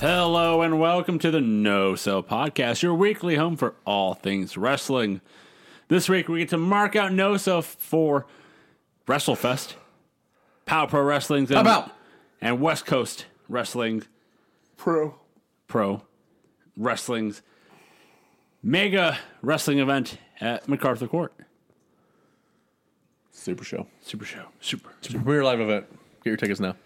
Hello and welcome to the No Sell Podcast, your weekly home for all things wrestling. This week we get to mark out No Sell for WrestleFest, Power Pro Wrestling's and, About. and West Coast Wrestling Pro. Pro Wrestling's mega wrestling event at MacArthur Court. Super show. Super show, super. Premier live event. Get your tickets now.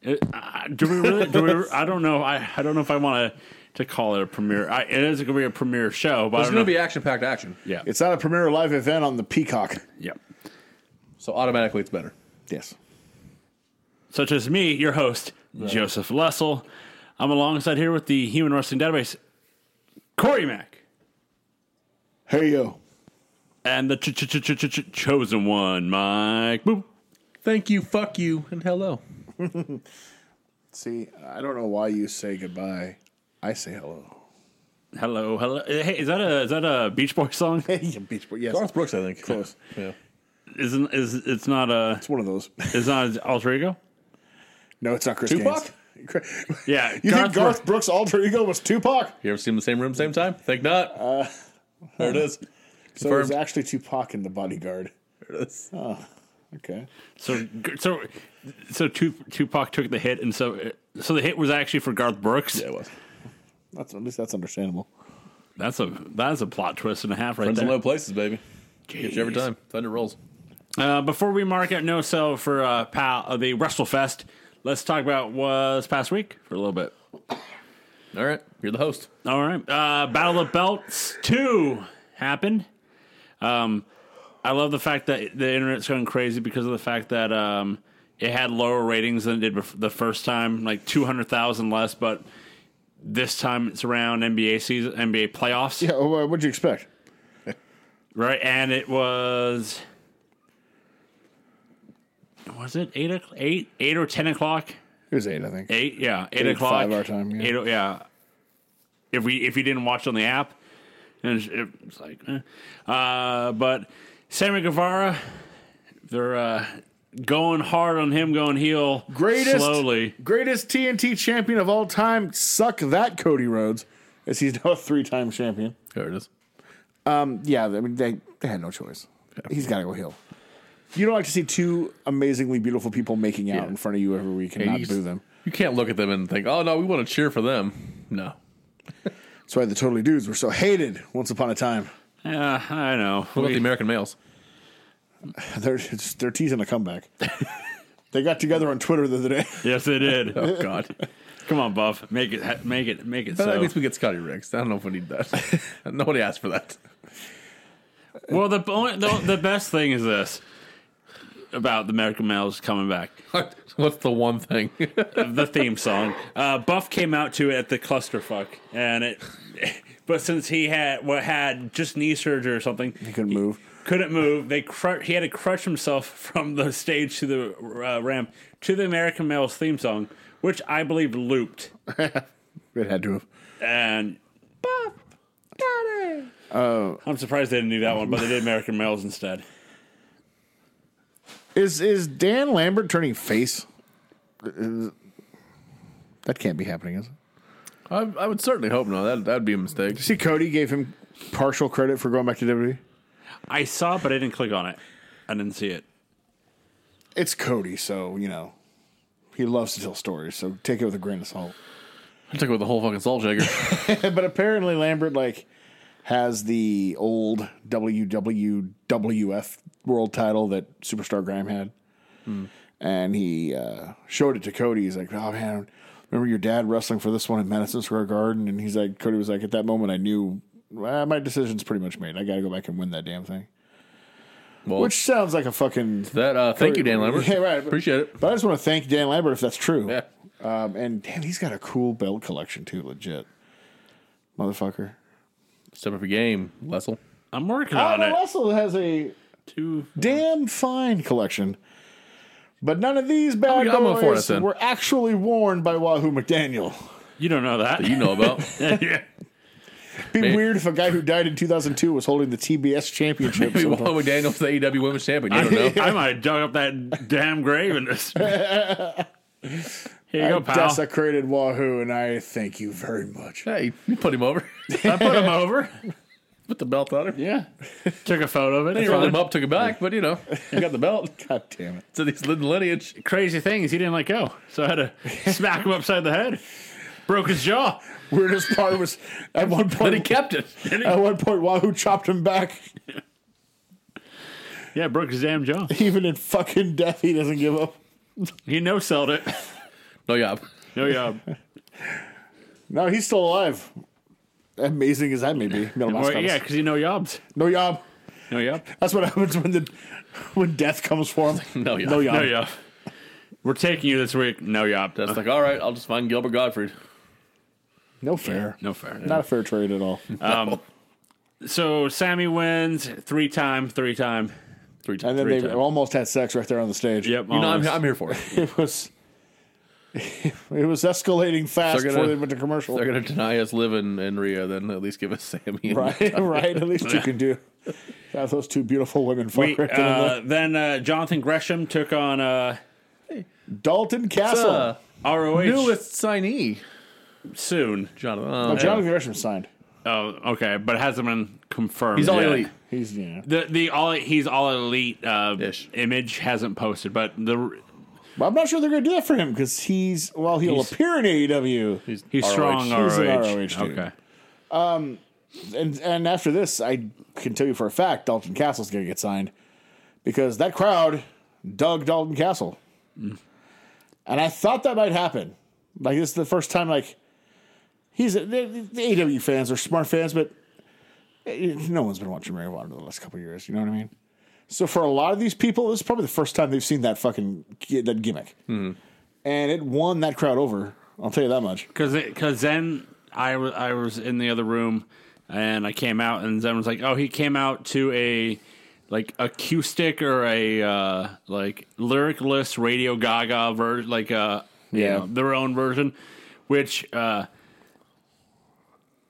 It, uh, do we really? Do we? I don't know. I, I don't know if I want to to call it a premiere. I, it is going to be a premiere show, but I It's don't going to know. be action packed action. yeah, It's not a premiere live event on the Peacock. yeah. So automatically it's better. Yes. such as me, your host, Joseph Lessel. I'm alongside here with the Human Wrestling Database, Corey Mack, Hey yo. and the ch- ch- ch- ch- ch- chosen one, Mike. Boop. Thank you, fuck you, and hello. See, I don't know why you say goodbye. I say hello. Hello, hello. Hey, is that a is that a Beach Boy song? Hey, you Beach Boy. Yes, Garth Brooks, I think. Close. Yeah. Isn't is it's not a it's one of those. it's not his alter ego? No, it's not Chris. Tupac? Gaines. Yeah, you Garth think Garth Brooks' alter ego was Tupac? You ever see them in the same room, same time? Think not. Uh, there it is. So it was Confirmed. actually Tupac in the Bodyguard. There it is. Okay. So so so Tu- Tupac took the hit, and so so the hit was actually for Garth Brooks. Yeah, it was. That's at least that's understandable. That's a that's a plot twist and a half right Friends there. in low places, baby. Get you every Jeez. time. Thunder rolls. Uh, before we mark out no sell for uh, pal, uh, the WrestleFest, let's talk about was past week for a little bit. All right. You're the host. All right, uh, Battle of Belts two happened. Um, I love the fact that the internet's going crazy because of the fact that um, it had lower ratings than it did bef- the first time, like two hundred thousand less. But this time it's around NBA season, NBA playoffs, Yeah. well, What'd you expect? right? And it was was it eight o'c- eight eight or ten o'clock? It was eight, I think. Eight, yeah, eight, Eight, o'clock. five our time, yeah. Eight, o- yeah. If we if you didn't watch on the app, and it's, it's like, eh. uh, but Sammy Guevara, they're uh, going hard on him, going heel, Greatest, slowly. greatest TNT champion of all time. Suck that, Cody Rhodes, as he's now a three-time champion. There it is. Yeah, I mean they, they had no choice. He's got to go heel. You don't like to see two amazingly beautiful people making out in front of you every week and not you, boo them. you can't look at them and think, oh, no, we want to cheer for them. No. That's why the Totally Dudes were so hated once upon a time. Yeah, I know. What about the We- American males? They're it's- they're teasing a comeback. they got together on Twitter the other day. yes, they did. Oh, God. Come on, Buff, make it, ha- make it, make it. But at So. least we get Scotty Riggs. I don't know if we need that. Nobody asked for that. Well, the, only- the the best thing is this about the American Males coming back. What's the one thing? the theme song. Uh, Buff came out to it at the clusterfuck, and it. But since he had what had just knee surgery or something, He couldn't move. couldn't move. They cru- he had to crutch himself from the stage to the uh, ramp to the American Males theme song, which I believe looped. It had to have. And Buff got it. I'm surprised they didn't do that one, but they did American Males instead. Is is Dan Lambert turning face? Is- that can't be happening, is it? I, I would certainly hope not. That that'd be a mistake. See, Cody gave him partial credit for going back to E? WWE. I saw, it, but I didn't click on it. I didn't see it. It's Cody, so you know he loves to tell stories. So take it with a grain of salt. I took it with the whole fucking salt shaker. but apparently Lambert like has the old WWWF world title that Superstar Graham had. Hmm. And he uh, showed it to Cody. He's like, "Oh man, remember your dad wrestling for this one in Madison Square Garden?" And he's like, "Cody was like, at that moment, I knew well, my decision's pretty much made. I got to go back and win that damn thing." Well, Which sounds like a fucking. that uh, thank you, Dan Lambert. Yeah, right. Appreciate it. But I just want to thank Dan Lambert if that's true. Yeah. Um, and damn, he's got a cool belt collection too. Legit, motherfucker. Step up your game, Lessel. I'm Oh, working on Alan it. Russell has a Two. damn fine collection. But none of these bad I'm- I'm all for it, boys then. were actually worn by Wahoo McDaniel. You don't know that. You know about. yeah. Be Maybe- weird if a guy who died in 2002 was holding the TBS championship. Maybe sometime. Juan McDaniel's the AEW Women's Champion. You don't know. I might have dug up that damn grave and just Here you I go, pal. desecrated Wahoo, and I thank you very much. Hey, you put him over. I put him over. put the belt on him. Yeah. Took a photo of it. He rolled him up, took it back, but you know, he got the belt. God damn it. So he's in the lineage. Crazy things. He didn't let go, so I had to smack him upside the head. Broke his jaw. Weirdest part was at one But he point. kept it. At one point, Wahoo chopped him back. Yeah, broke his damn jaw. Even in fucking death, he doesn't give up. He no sold it. No job. No job. No, he's still alive. Amazing as that may be. No, Or, yeah, because he no yobs. no yob. No yob. That's what happens when the when death comes for him. No job. No yob. No yob. We're taking you this week. No yob. That's like, all right, I'll just find Gilbert Gottfried. No fair. no fair. Not a fair trade at all. So Sammy wins three time, three time. Three times. and then three they times. almost had sex right there on the stage. Yep. You know, I'm, almost. I'm here for it. It was it was escalating fast They're gonna- before they went to commercial. They're going to deny us living in Rio, then at least give us Sammy. Right, right. At least you can do. Have those two beautiful women fuck We- right there in uh, then uh, Jonathan Gresham took on uh, the- Dalton Castle. Uh, ROH newest signee, soon. Jonathan. oh, Jonathan Gresham signed. Oh, okay, but it hasn't been confirmed. He's all yet. elite. He's yeah. The the all he's all elite uh, Ish. image hasn't posted, but the But I'm not sure they're going to do that for him because he's well, he'll He's- appear in E AEW. he's ROH. strong ROH. He's an ROH dude. okay, and and after this, I can tell you for a fact Dalton Castle's going to get signed because that crowd dug Dalton Castle, Mm. and I thought that might happen. Like this is the first time like he's the, the AW fans are smart fans, but eh, no one's been watching Ring of Honor the last couple of years. You know what I mean? So for a lot of these people, this is probably the first time they've seen that fucking that gimmick, and it won that crowd over. I'll tell you that much. because because then I wa- I was in the other room and I came out and Zen was like, oh, he came out to a like acoustic or a uh, like lyricless Radio Gaga version, like uh, you Yeah. know, their own version, which uh,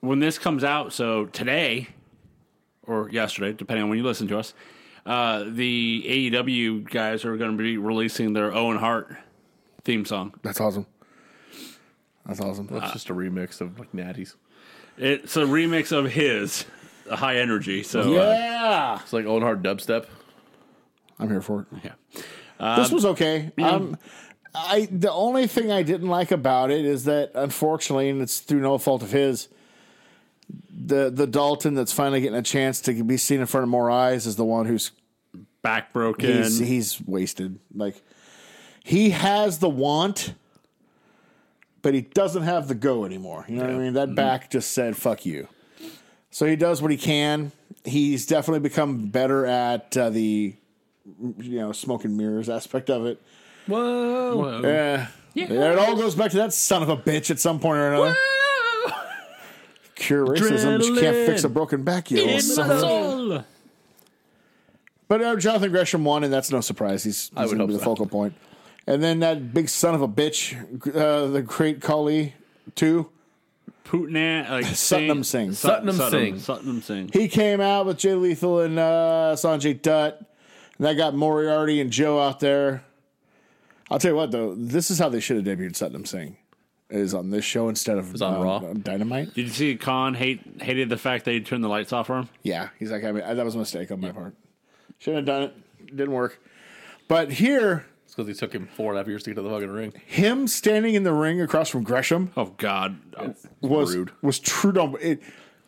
when this comes out, so today or yesterday, depending on when you listen to us. Uh, the AEW guys are going to be releasing their Owen Hart theme song. That's awesome. That's awesome. That's just a remix of like Natty's. It's a remix of his a high energy. Oh, So uh, Yeah, It's like Owen Hart dubstep. I'm here for it. yeah. this was okay. Um, I the only thing I didn't like about it is that unfortunately, and it's through no fault of his, the the Dalton that's finally getting a chance to be seen in front of more eyes is the one who's back broken. he's, he's wasted. Like he has the want, but he doesn't have the go anymore. You know what I mean? That back just said "fuck you." So he does what he can. He's definitely become better at uh, the you know smoke and mirrors aspect of it. Whoa. Yeah. It all goes back to that son of a bitch at some point or another. Cure racism, but you can't fix a Adrenaline. broken back, you little son of a- But uh, Jonathan Gresham won, and that's no surprise. He's, he's would going to be the hope so. focal point. And then that big son of a bitch, uh, the great Kali, too. Putin, uh, like Satnam Singh. Sutton, Satnam Singh. Singh. Satnam Singh. He came out with Jay Lethal and uh, Sanjay Dutt. And that got Moriarty and Joe out there. I'll tell you what, though, this is how they should have debuted Satnam Singh. Is on this show instead of on uh, Raw. Dynamite. Did you see Khan hate hated the fact they turned the lights off for him? Yeah, he's like, I mean, that was a mistake on my part. Shouldn't have done it. Didn't work. But here, It's because he took him four and a half years to get to the fucking ring. him standing in the ring across from Gresham Oh God! was rude. was true. No, it,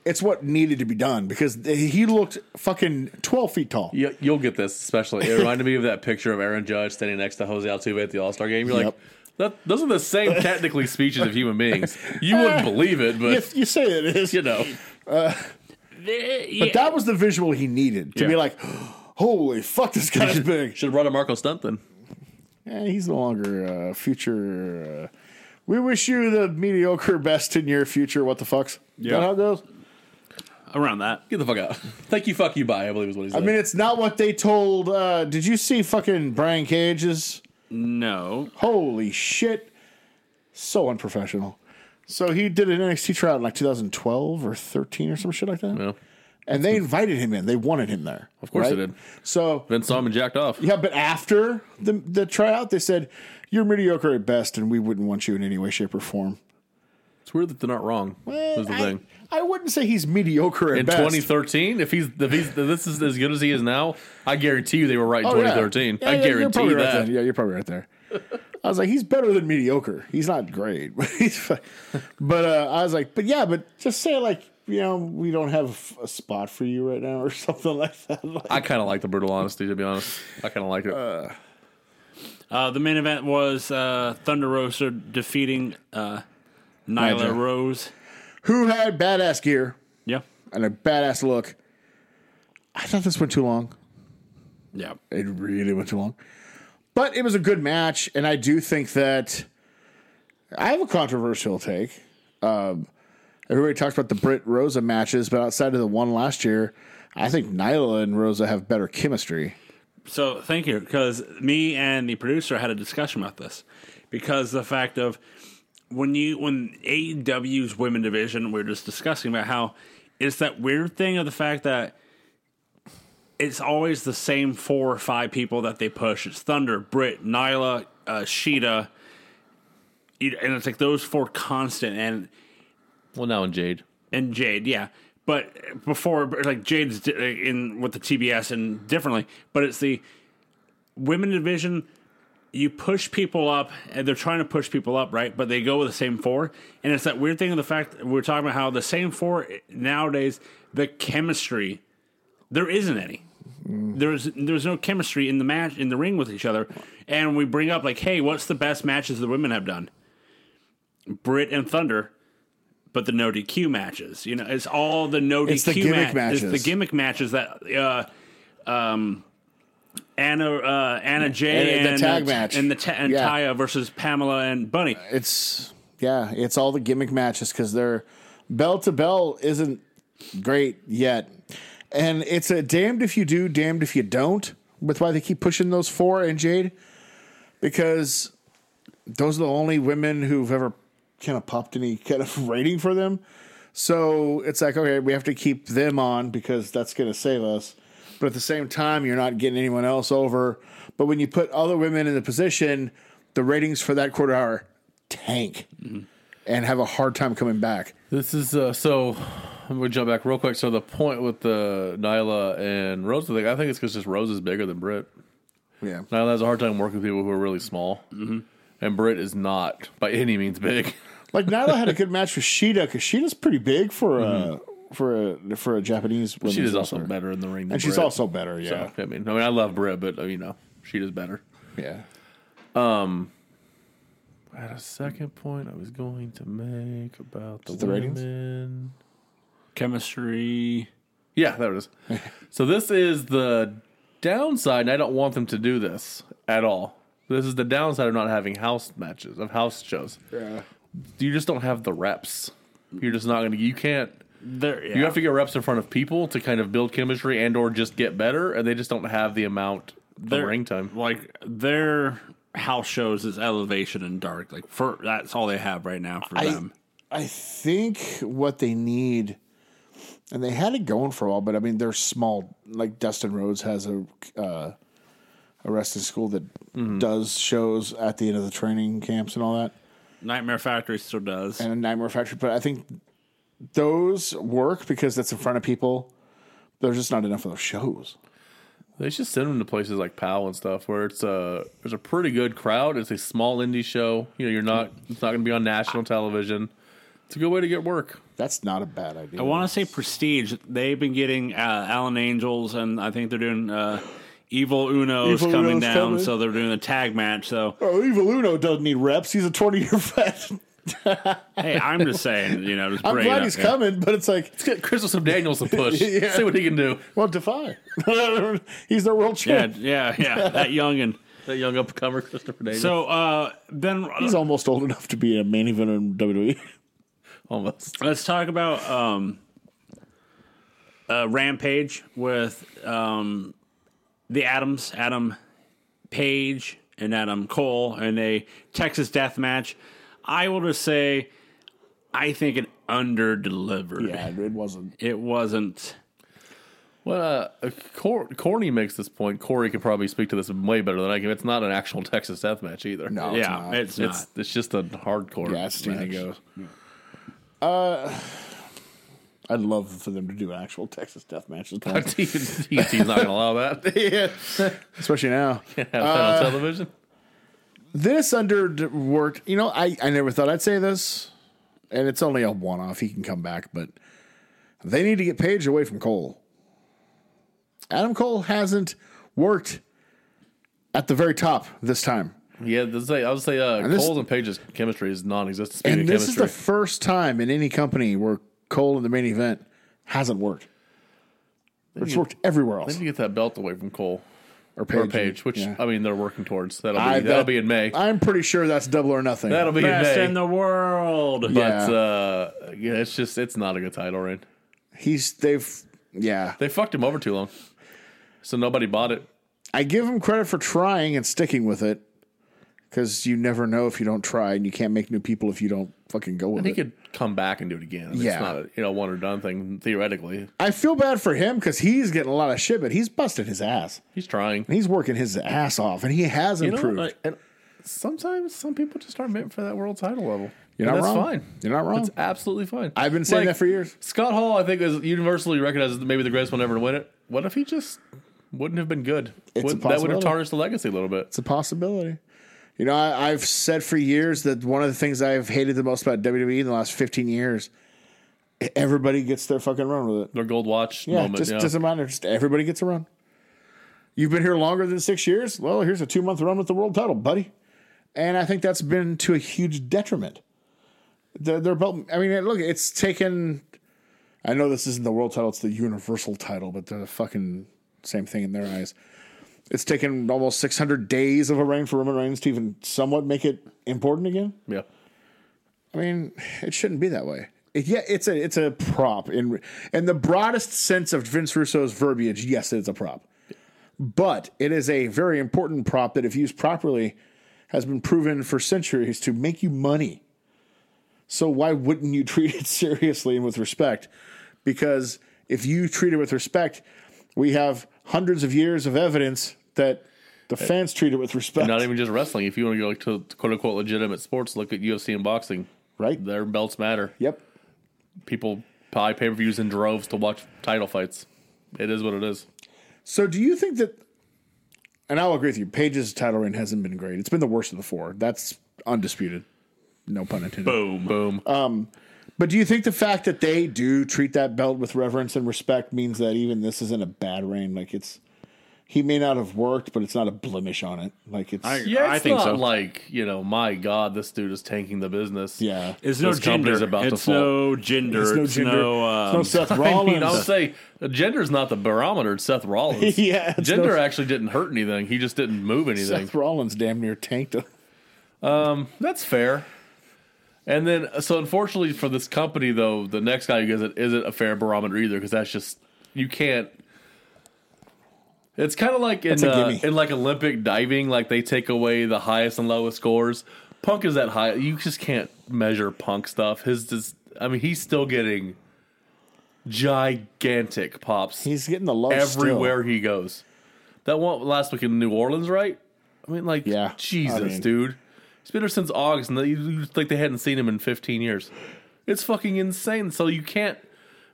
it's what needed to be done because he looked fucking twelve feet tall. You, you'll get this, especially. It reminded me of that picture of Aaron Judge standing next to Jose Altuve at the All Star game. You're Yep. like, that, those are the same technically speeches of human beings. You wouldn't believe it, but If you say it is, you know. but that was the visual he needed to be Yeah. like, holy fuck, this guy's big. Should have brought a Marco Stunt then. Eh, he's no longer uh, future. Uh, we wish you the mediocre best in your future. What the fucks? Yeah, Yeah. how it goes. around that. Get the fuck out. Thank you, fuck you, bye, I believe is what he said. I mean, it's not what they told. Uh, did you see fucking Brian Cage's? No, Holy shit. So unprofessional. So he did an NXT tryout in like 2012 or 13 or some shit like that. No. and they invited him in. They wanted him there. Of course they did. So Vince saw him and jacked off. yeah, but after the the tryout, they said you're mediocre at best, and we wouldn't want you in any way, shape, or form. It's weird that they're not wrong. That's the I, thing. I wouldn't say he's mediocre at In best. 2013, if he's if he's if this is as good as he is now, I guarantee you they were right in Oh, yeah. 2013. Yeah, I yeah, you're guarantee probably you right that. there. Yeah, you're probably right there. I was like, he's better than mediocre. He's not great, but he's. fi- But uh, I was like, but yeah, but just say like, you know, we don't have a spot for you right now or something like that. Like, I kind of like the brutal honesty, to be honest. I kind of like it. Uh, the main event was uh, Thunder Rosa defeating uh, Nyla Nyla. Rose. who had badass gear Yeah. and a badass look? I thought this went too long. Yeah. It really went too long. But it was a good match, and I do think that I have a controversial take. Um, everybody talks about the Brit Rosa matches, but outside of the one last year, I think Nyla and Rosa have better chemistry. So thank you, because me and the producer had a discussion about this, because the fact of when you when AEW's women division, we are just discussing about how it's that weird thing of the fact that it's always the same four or five people that they push. It's Thunder, Britt, Nyla, uh, Sheeta, You- and it's like those four constant and Well, now in Jade. and Jade, yeah. But before, like Jade's di- in with the TBS and differently, but it's the women division. You push people up, and they're trying to push people up, right? But they go with the same four, and it's that weird thing of the fact we we're talking about how the same four nowadays, the chemistry, there isn't any. There's there's no chemistry in the match in the ring with each other, and we bring up like, hey, what's the best matches the women have done? Brit and Thunder, but the no DQ matches. You know, it's all the no It's the DQ gimmick ma- it's matches. the gimmick matches that uh, um, Anna uh, Anna Jay And and, the tag uh, match. and the ta- and Yeah. Taya versus Pamela and Bunny. It's yeah, it's all the gimmick matches because their bell to bell isn't great yet, and it's a damned if you do, damned if you don't. With why they keep pushing those four and Jade, because those are the only women who've ever kind of popped any kind of rating for them. So it's like okay, we have to keep them on because that's going to save us. But at the same time, you're not getting anyone else over. But when you put other women in the position, the ratings for that quarter hour tank Mm-hmm. and have a hard time coming back. This is uh, so. I'm gonna jump back real quick. So the point with the Nyla and Rosa thing, I think it's because just Rose is bigger than Britt. Yeah, Nyla has a hard time working with people who are really small, mm-hmm. and Britt is not by any means big. like Nyla had a good match with Sheeta because Sheeta's pretty big for a for a for a Japanese. women's She is Mm-hmm. also wrestler. better in the ring, than and she's Britt. also better. Yeah, So, I mean, I mean, I love Britt, but uh, you know, she does better. yeah. I had a second point I was going to make about the, the ratings? women. Chemistry. Yeah, there it is. so this is the downside, and I don't want them to do this at all. This is the downside of not having house matches of house shows. Yeah. You just don't have the reps. You're just not gonna. You can't. There, yeah. You have to get reps in front of people to kind of build chemistry and or just get better, and they just don't have the amount of They're- ring time. like their house shows is elevation and dark. Like for that's all they have right now for them. I think what they need, and they had it going for a while, but I mean they're small. Like Dustin Rhodes has a uh, a wrestling school that does shows at the end of the training camps and all that, Nightmare Factory still does. and a Nightmare Factory. But I think those work because that's in front of people. There's just not enough of those shows. They should send them to places like Powell and stuff where it's a there's a pretty good crowd. It's a small indie show. You know, you're not. It's not gonna be on national television. It's a good way to get work. That's not a bad idea. I want to say Prestige. They've been getting uh, Allen Angels, and I think they're doing uh, Evil Uno's Evil coming Uno's down. coming. So they're doing a tag match. So Oh, Evil Uno doesn't need reps. He's a 20 year vet. hey, I'm just saying, you know, just I'm bring it glad up, he's yeah. coming, but it's like, Let's get Christopher Daniels to push. Yeah. See what he can do. well, defy. he's their world Yeah, champ. yeah, yeah. that youngin. That young up and comer Christopher Daniels. So uh, then He's almost old enough to be a main event in E. WWE. almost. let's talk about um, uh, Rampage with um, the Adams, Adam Page, and Adam Cole in a Texas death match. I will just say, I think it under delivered. it wasn't. It wasn't. Well, uh, Cor- Corny makes this point. Corey could probably speak to this way better than I can. It's not an actual Texas death match either. No, it's yeah, not. it's not. it's it's just a hardcore. yeah, it's anything match. goes. Uh, I'd love for them to do an actual Texas death match, with them. TNT's not going to allow that. especially now. Have that on television. This underworked. You know, I I never thought I'd say this, and it's only a one off. He can come back, but they need to get Page away from Cole. Adam Cole hasn't worked at the very top this time. Yeah, this is, I would say uh, this- Cole's and Page's chemistry is non-existent. Speaking And of this is chemistry, the first time in any company where Cole in the main event hasn't worked. It's worked everywhere they else. need to get that belt away from Cole Or or Page, which yeah. I mean they're working towards. That'll be I- that'll that- be in May. I'm pretty sure that's double or nothing. that'll be Best in in May. the world. but Yeah. uh, yeah, it's just it's not a good title reign. He's they've yeah. They fucked him over too long, so nobody bought it. I give him credit for trying and sticking with it because you never know if you don't try and you can't make new people if you don't fucking go with He it. could come back and do it again. I mean, Yeah. It's not a you know one or done thing theoretically. I feel bad for him because he's getting a lot of shit, but he's busted his ass. He's trying. And he's working his ass off and he has You know, improved. You like, and sometimes some people just aren't meant for that world title level. are not And That's wrong. fine. You're not wrong. It's absolutely fine. I've been saying Like, that for years. Scott Hall, I think, is universally recognized as maybe the greatest one ever to win it. What if he just wouldn't have been good? It's a Wouldn't- that would have possibility. tarnished the legacy a little bit. It's a possibility. You know, I, I've said for years that one of the things I've hated the most about WWE in the last 15 years, everybody gets their fucking run with it. Their gold watch Yeah, moment. just yeah. doesn't matter. Just everybody gets a run. You've been here longer than six years. Well, here's a two month run with the world title, buddy. And I think that's been to a huge detriment. Their, their belt. I mean, look, it's taken. I know this isn't the world title; it's the universal title, but they're the fucking same thing in their eyes. It's taken almost 600 days of a reign for Roman Reigns to even somewhat make it important again. yeah. I mean, it shouldn't be that way. It, yeah, it's a it's a prop in in the broadest sense of Vince Russo's verbiage. Yes, it's a prop, but it is a very important prop that, if used properly, has been proven for centuries to make you money. So why wouldn't you treat it seriously and with respect? Because if you treat it with respect, we have hundreds of years of evidence that the fans treat it with respect. Not even just wrestling. If you want to go like to quote unquote legitimate sports, look at UFC and boxing. right? Their belts matter. Yep. People buy pay per views in droves to watch title fights. It is what it is. So do you think that and I'll agree with you, Paige's title reign hasn't been great. It's been the worst of the four. That's undisputed. No pun intended. Boom. Boom. But do you think the fact that they do treat that belt with reverence and respect means that even this isn't a bad reign? Like it's he may not have worked, but it's not a blemish on it. Like it's I- yeah, it's I think not so. like you know, my God, this dude is tanking the business. yeah. It's no This company's gender. about to it's fall. no gender. It's no It's gender. no. it's um, no Seth I Rollins. mean, I'll say gender's not the barometer. It's Seth Rollins. Yeah, it's gender no- actually didn't hurt anything. He just didn't move anything. Seth Rollins damn near tanked him. That's fair. And then, so unfortunately for this company, though, the next guy who gets it isn't a fair barometer either, because that's just you can't. It's kind of like in a uh, gimme. in like Olympic diving, like they take away the highest and lowest scores. Punk is that high. You just can't measure Punk stuff. His, dis I mean, he's still getting gigantic pops He's getting the love still. everywhere he goes. That one last week in New Orleans, right? I mean, like, Yeah. Jesus, I mean- dude. He's been there since August, and they, you like they hadn't seen him in 15 years. It's fucking insane. So you can't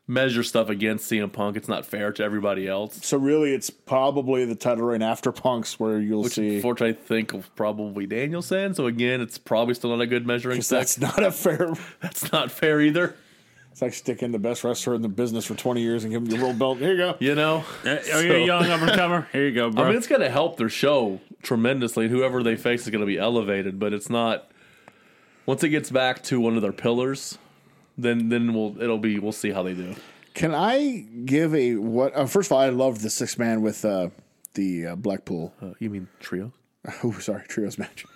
measure stuff against CM Punk. It's not fair to everybody else. So really, it's probably the title reign after Punk's where you'll see. Unfortunately, I think of probably Danielson. So again, it's probably still not a good measuring stick. That's That's, not a fair not fair either. It's like sticking the best wrestler in the business for 20 years and give him your world belt. Here you go. You know, Uh, Are you a young up and comer? Here you go, bro. I mean, it's going to help their show tremendously. and Whoever they face is going to be elevated, but it's not. Once it gets back to one of their pillars, then then we'll it'll be we'll see how they do. Can I give a what? Uh, first of all, I loved the six man with uh, the uh, Blackpool. Uh, you mean trio? Oh, sorry, trios match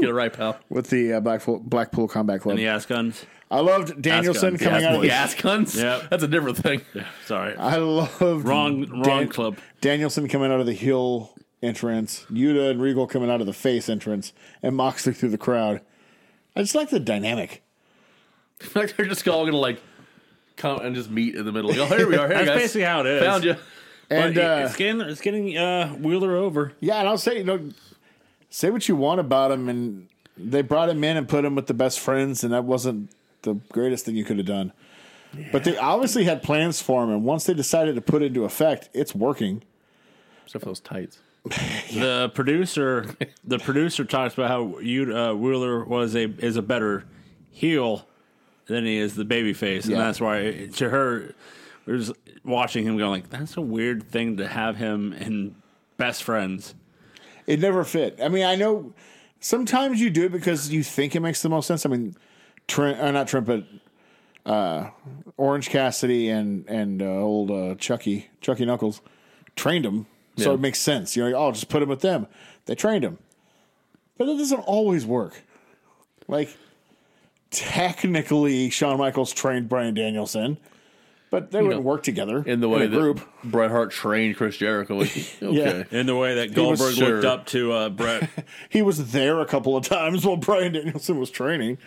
Get it right, pal. with the uh, Blackpool Blackpool Combat Club. the ass guns. I loved Danielson Ask guns, coming yeah, out. Of the, Gas guns. Yep. that's a different thing. Sorry. I loved Wrong- wrong club. Danielson coming out of the heel entrance. Yuta and Regal coming out of the face entrance, and Moxley through the crowd. I just like the dynamic. like they're just all gonna like come and just meet in the middle. Like, oh, here we are. Hey That's guys, basically how it is. found you. And And uh, it's getting it's getting uh, Wheeler over. yeah, and I'll say, you know, say what you want about him, and they brought him in and put him with the best friends, and that wasn't the greatest thing you could have done. But they obviously had plans for him, and once they decided to put it into effect, it's working. Except for those tights. The producer the producer talks about how you uh, Wheeler was a is a better heel than he is the baby face, and Yeah. that's why it- to her we was watching him going like that's a weird thing to have him and best friends. It never fit. I mean, I know sometimes you do it because you think it makes the most sense. I mean, Trent, uh, not Trent, but uh, Orange Cassidy and and uh, old uh, Chucky, Chucky Knuckles, trained him, so Yeah. it makes sense. You're like, oh, just put him with them. They trained him, but it doesn't always work. Like technically, Shawn Michaels trained Brian Danielson, but they wouldn't know, work together In the way a that group. Bret Hart trained Chris Jericho. Like, okay. In the way that was Goldberg looked sure. up to uh, Brett. he was there a couple of times while Brian Danielson was training.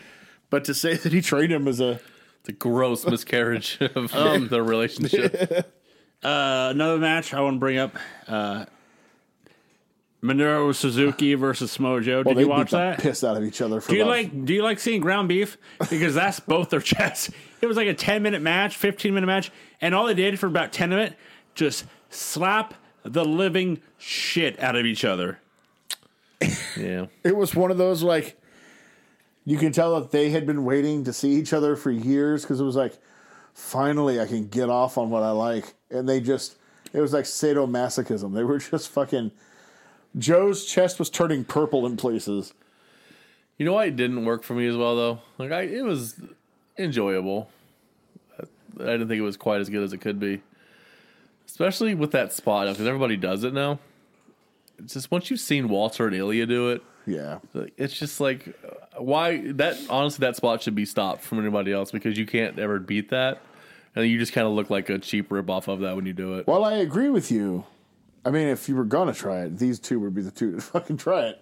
But to say that he trained him as a The gross miscarriage of um, the relationship. Uh, another match I want to bring up: uh, Minoru Suzuki versus Smojo. Did well, they you beat watch the that? piss out of each other. For Do you about- like Do you like seeing ground beef? Because that's both their chests. It was like a ten minute match, fifteen minute match, and all they did for about ten of it just slap the living shit out of each other. yeah. It was one of those like you can tell that they had been waiting to see each other for years because it was like finally I can get off on what I like, and they just it was like sadomasochism. They were just fucking. Joe's chest was turning purple in places. You know why it didn't work for me as well though. Like I, it was enjoyable. I didn't think it was quite as good as it could be, especially with that spot because everybody does it now. It's just once you've seen Walter and Ilya do it, Yeah, like, it's just like uh, why that honestly that spot should be stopped from anybody else because you can't ever beat that, and you just kind of look like a cheap rip off of that when you do it. While I agree with you, I mean, if you were gonna try it, these two would be the two to fucking try it.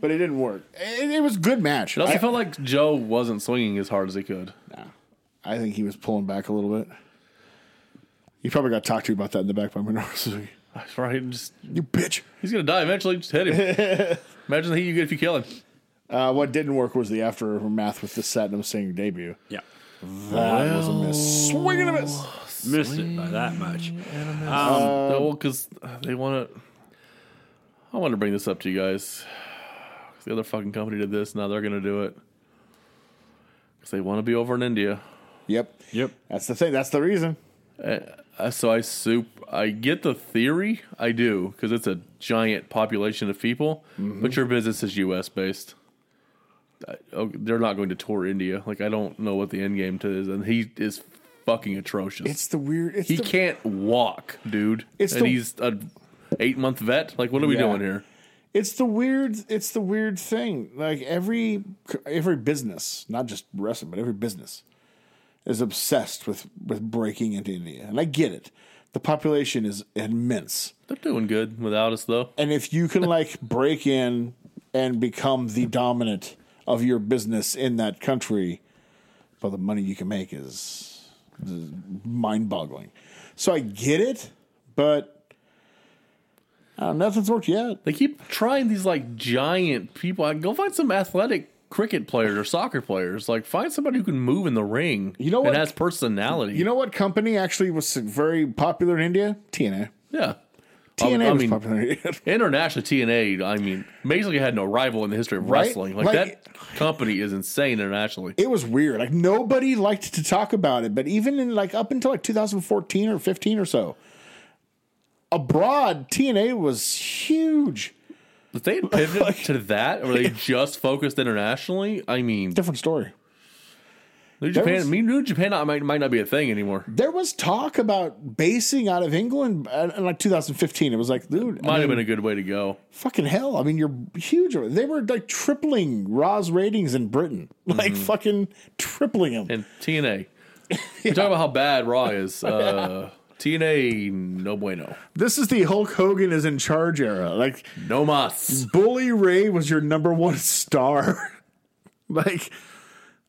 But it didn't work. It, it was a good match. It also I, felt like Joe wasn't swinging as hard as he could. I think he was pulling back a little bit. You probably got talked to about that in the back by Minoru Suzuki. That's right. Just You bitch. he's gonna die eventually. Just hit him. Imagine the heat you get if you kill him. Uh, what didn't work was the aftermath with the Satnam Singh debut. Yeah, That was a miss. Swing and a miss. missed it by that much. No, well, because they want to. I want to bring this up to you guys. 'Cause The other fucking company did this. Now they're going to do it. Because they want to be over in India. Yep. Yep. That's the thing. That's the reason. Uh, so I soup. I get the theory. I do. Because it's a giant population of people. Mm-hmm. But your business is U.S. based. I, oh, they're not going to tour India. Like, I don't know what the end game to is. And he is fucking atrocious. It's the weird. It's he the, can't walk, dude. It's and the- he's a eight month vet. Like, what are we Yeah. doing here? it's the weird it's the weird thing like every every business not just wrestling but every business is obsessed with with breaking into india and i get it the population is immense They're doing good without us, though. and if you can like break in and become the dominant of your business in that country well the money you can make is mind boggling so i get it but uh, nothing's worked yet They keep trying these like giant people. I go find some athletic cricket players or soccer players. Like find somebody who can move in the ring. You know what? And has personality. You know what company actually was very popular in India? TNA. yeah. TNA I was mean- popular in India. International TNA. I mean, basically had no rival in the history of Right? wrestling. Like, Like- that company is insane internationally. it was weird. Like nobody liked to talk about it, but even in like up until like 2014 or 15 or so, abroad TNA was huge. If they had pivoted to that, or they just focused internationally, I mean, Different story. New Japan. was- I mean, New Japan not- might might not be a thing anymore. There was talk about basing out of England uh, in like 2015. It was like, dude, Might I mean, have been a good way to go. fucking hell. I mean, you're huge. They were like tripling Raw's ratings in Britain, like Mm-hmm. fucking tripling them. and TNA. We're talking about how bad Raw is. Uh, TNA, no bueno. This is the Hulk Hogan is in charge era. Like No mas. Bully Ray was your number one star. like,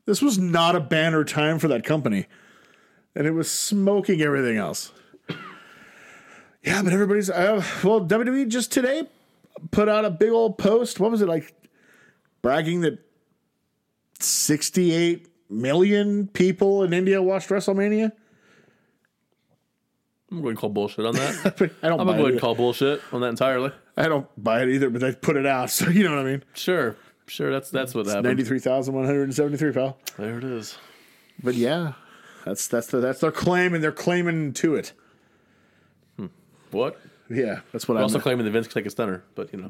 this was not a banner time for that company. and it was smoking everything else. Yeah, but everybody's uh, well. WWE just today put out a big old post. What was it like? Bragging that sixty-eight million people in India watched WrestleMania. I'm going to call bullshit on that. I don't. I'm going to go buy ahead it. and call bullshit on that entirely. I don't buy it either, but they put it out, so you know what I mean. Sure, sure. That's that's what happened. Ninety-three thousand one hundred and seventy-three, pal. There it is. But yeah, that's that's the, that's their claim, and they're claiming to it. What? Yeah, that's what We're I'm. also claiming that Vince can take a stunner, but you know.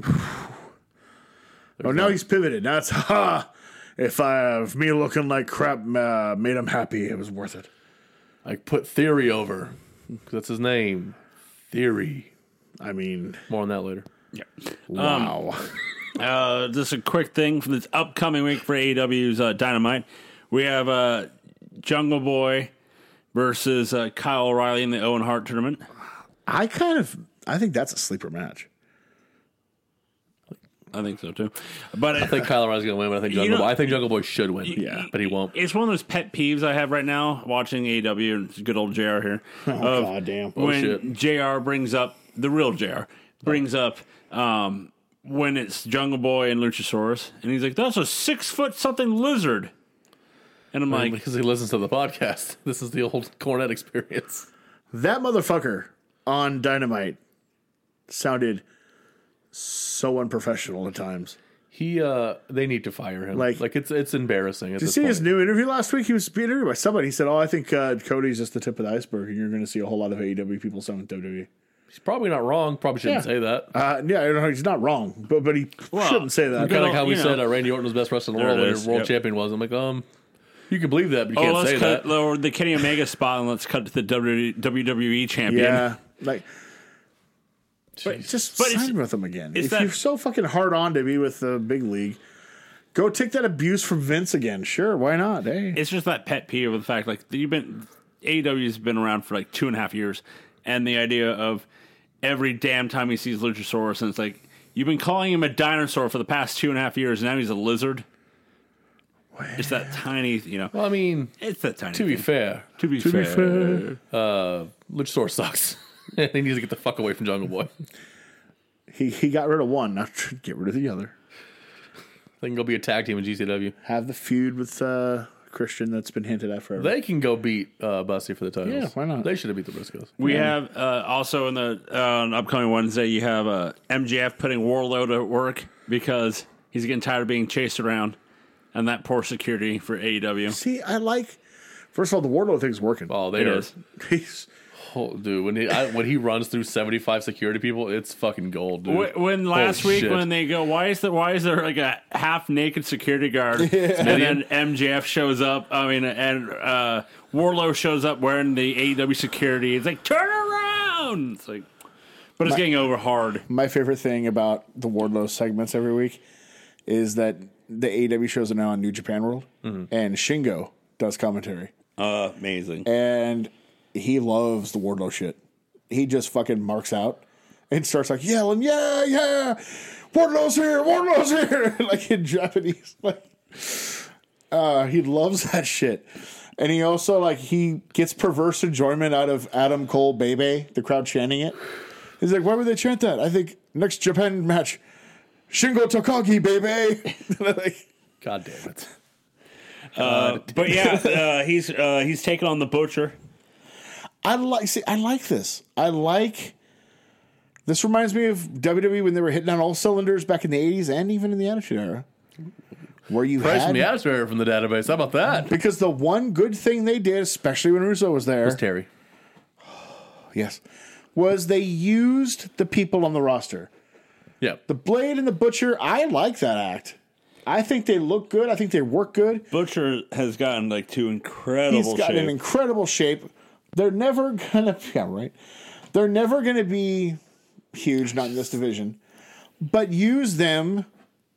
Oh, now he's pivoted. Now it's ha. If I if me looking like crap uh, made him happy, it was worth it. I put Theory over 'cause that's his name. Theory. I mean, More on that later. wow. Uh, just a quick thing for this upcoming week for AEW's uh, Dynamite. We have uh, Jungle Boy versus uh, Kyle O'Reilly in the Owen Hart tournament. I kind of I think that's a sleeper match. I think so too. But I think Kyle O'Reilly's gonna win, but I think Jungle know- Boy. I think Jungle Boy should win. Yeah. but he won't. it's one of those pet peeves I have right now watching AEW and it's good old JR here. Oh, God damn. when JR brings up the real JR brings up um, when it's Jungle Boy and Luchasaurus, and he's like, "That's a six foot something lizard," and I'm like, because he listens to the podcast. This is the old Cornet experience. That motherfucker on Dynamite sounded so unprofessional at times. He uh they need to fire him. Like- Like, it's it's embarrassing. At Did you this see point. his new interview last week? He was being interviewed by somebody. He said, "Oh, I think uh, Cody's just the tip of the iceberg, and you're going to see a whole lot of AEW people selling WWE." He's probably not wrong. Probably shouldn't Yeah. say that. Uh, yeah, I don't know, he's not wrong, but but he Well, shouldn't say that. you Kind of like know, how we you said know. uh, Randy Orton was the best wrestler in the There world, it when is. world Yep. champion was. I'm like, um, you can believe that, but you "Oh, can't let's say cut that. or the Kenny Omega spot and let's cut to the E, WWE WWE champion." Yeah, like. But just But it's- sign with them again. it's If that- you're so fucking hard on to be with the big league, go take that abuse from Vince again. Sure, why not? eh? Hey, It's just that pet peeve of the fact like you've been AEW's been around for like two and a half years, and the idea of every damn time he sees Luchasaurus, and it's like you've been calling him a dinosaur for the past two and a half years, and now he's a lizard. It's that tiny, you know. Well, I mean, It's that tiny. to be thing. fair, to be to fair, be fair, Luchasaurus sucks. and he needs to get the fuck away from Jungle Boy. he he got rid of one. Now tr- get rid of the other. They can go be a tag team in GCW. Have the feud with uh, Christian that's been hinted at forever. They can go beat uh, Bussy for the titles. Yeah, why not? They should have beat the Briscoes. we have uh, also in the uh, on upcoming Wednesday you have uh, MJF putting Warlord at work because he's getting tired of being chased around, and that poor security for E AEW. See, I like. First of all, the Wardlow thing's working. Oh, they It are. is. He's Oh, dude, when he I, when he runs through seventy five security people, it's fucking gold, dude. Wh- When last Holy week, shit. when they go, why is there why is there like a half naked security guard, and then MJF shows up. I mean, and uh, Warlow shows up wearing the AEW security. It's like turn around. It's like, but it's getting over hard. my favorite thing about the Wardlow segments every week is that the AEW shows are now on New Japan World, and Shingo does commentary, amazing. and he loves the Wardlow shit. He just fucking marks out and starts like yelling, "Yeah, yeah, Wardlow's here, Wardlow's here!" like in Japanese, like uh, he loves that shit. And he also like he gets perverse enjoyment out of Adam Cole Bebe, the crowd chanting it. He's like, why would they chant that? I think next Japan match, Shingo Takagi, baby. like, God damn it! But yeah, uh, he's uh, he's taking on the butcher. I like see, I like this. I like this reminds me of WWE when they were hitting on all cylinders back in the eighties and even in the Attitude Era. Where you Price had from the atmosphere from the database. How about that? because the one good thing they did, especially when Russo was there, Terry. yes, was they used the people on the roster. Yeah, The Blade and the Butcher, I like that act. I think they look good. I think they work good. Butcher has gotten like two incredible. He's got an incredible shape. They're never gonna yeah right. They're never gonna be huge, not in this division. But use them.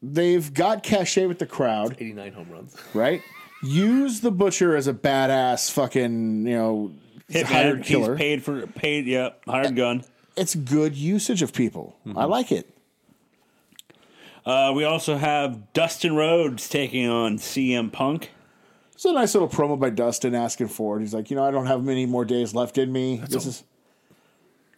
They've got cachet with the crowd, eighty nine home runs. right? Use the butcher as a badass fucking you know hired killer. paid for paid. Yeah, hired gun. it's good usage of people. Mm-hmm. I like it. Uh, we also have Dustin Rhodes taking on CM Punk. It's a nice little promo by Dustin asking for it. He's like, you know, I don't have many more days left in me. this a is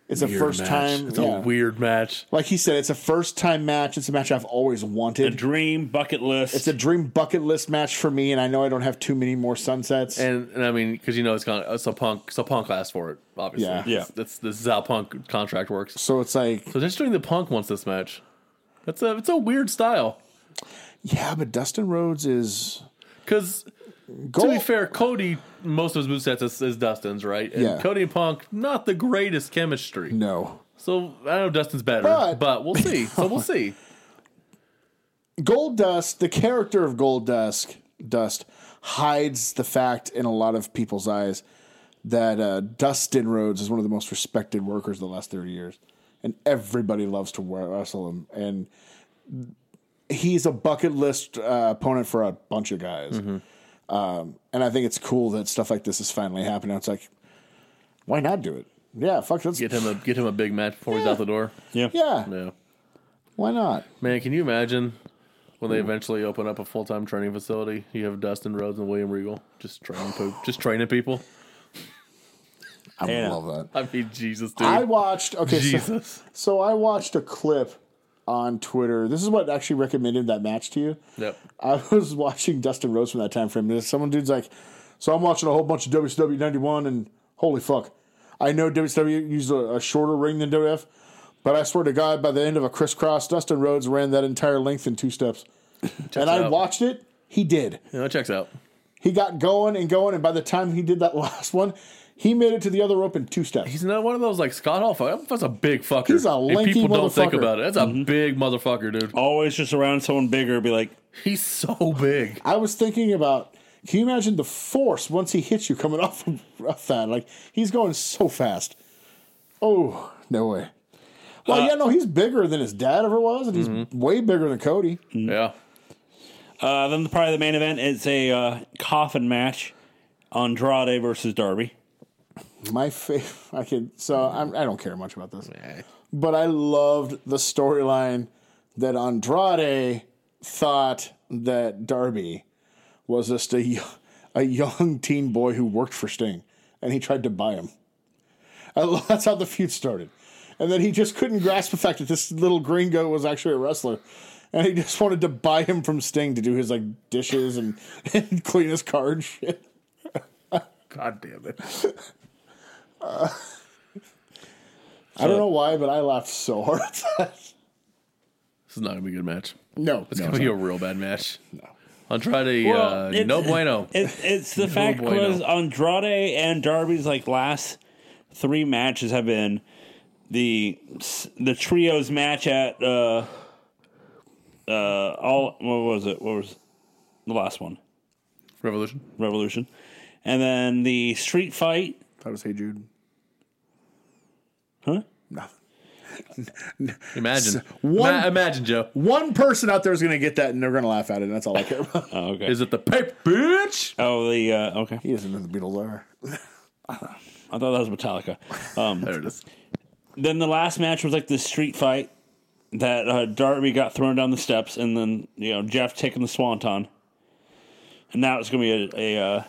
it's a Weird first match. time. It's yeah. a weird match. like he said, it's a first time match. It's a match I've always A wanted. dream bucket list. It's a dream bucket list match for me, and I know I don't have too many more sunsets. And, and I mean, because you know it's gonna, it's a punk, so punk asked for it, obviously. Yeah. Yeah. That's this is how punk contract works. so it's like, So just doing the punk wants this match. That's a it's a weird style. yeah, but Dustin Rhodes is Because to be gold. fair, Cody most of his movesets is, is Dustin's, right? And Yeah. Cody and Punk not the greatest chemistry. No, So I know Dustin's better, But- but, we'll see. So we'll see. Gold Dust, the character of Gold Dust, Dust hides the fact in a lot of people's eyes that uh, Dustin Rhodes is one of the most respected workers of the last 30 years. And everybody loves to wrestle him. And he's a bucket list uh, opponent for a bunch of guys. Mm-hmm. Um, and I think it's cool that stuff like this is finally happening. It's like, why not do it? Yeah, fuck, let's. Get him a get him a big match before he's out the door. yeah. yeah, Yeah. why not? Man, can you imagine when Hmm. they eventually open up a full time training facility? You have Dustin Rhodes and William Regal just training poop, just training people. I would Yeah. love that. I mean, Jesus, dude. I watched, okay, so, Jesus. So I watched a clip on Twitter. This is what actually recommended that match to you. Yep. I was watching Dustin Rhodes from that time frame. and Someone dude's like, so I'm watching a whole bunch of WCW 91 and holy fuck. I know WCW used a, a shorter ring than WF, but I swear to God, by the end of a crisscross, Dustin Rhodes ran that entire length in two steps. and I out. watched it. He did. Yeah, that checks out. He got going and going, and by the time he did that last one, he made it to the other rope in two steps. He's not one of those like Scott Hall. fuck- That's a big fucker. He's a And lanky people don't think motherfucker. Mm-hmm. about it. That's a big motherfucker, dude. Always just around someone bigger. Be like, He's so big. I was thinking about. Can you imagine the force once he hits you coming off of off that? Like he's going so fast. Oh no way! Well, yeah, no, he's bigger than his dad ever was, and he's way bigger than Cody. Yeah. uh, then the, probably the main event is a uh, coffin match. Andrade versus Darby. My favorite. I can. So I'm, I don't care much about this, but I loved the storyline that Andrade thought that Darby was just a y- a young teen boy who worked for Sting, and he tried to buy him. I lo- that's how the feud started, and then he just couldn't grasp the fact that this little gringo was actually a wrestler. And he just wanted to buy him from Sting to do his like dishes and, and clean his car and shit. God damn it. I don't know why, but I laughed so hard at that. This is not gonna be a good match. No, It's no, gonna it's be not. a real bad match. No. Andrade, Well, uh, it's- no bueno. It, it's the fact bueno. was Andrade and Darby's like last three matches have been the the trios match at uh uh all what was it what was the last one Revolution. Revolution and then the street fight I was Hey Jude. huh Nothing. Imagine. one- Ima- imagine, Joe. One person out there is going to get that, and they're going to laugh at it. And that's all I care about. oh, okay Is it the paper bitch? oh the uh, okay he doesn't know the Beatles are. I thought that was Metallica There it is. then the last match was like the street fight that uh, Darby got thrown down the steps, and then you know Jeff taking the swanton, and now it's gonna be a, a uh,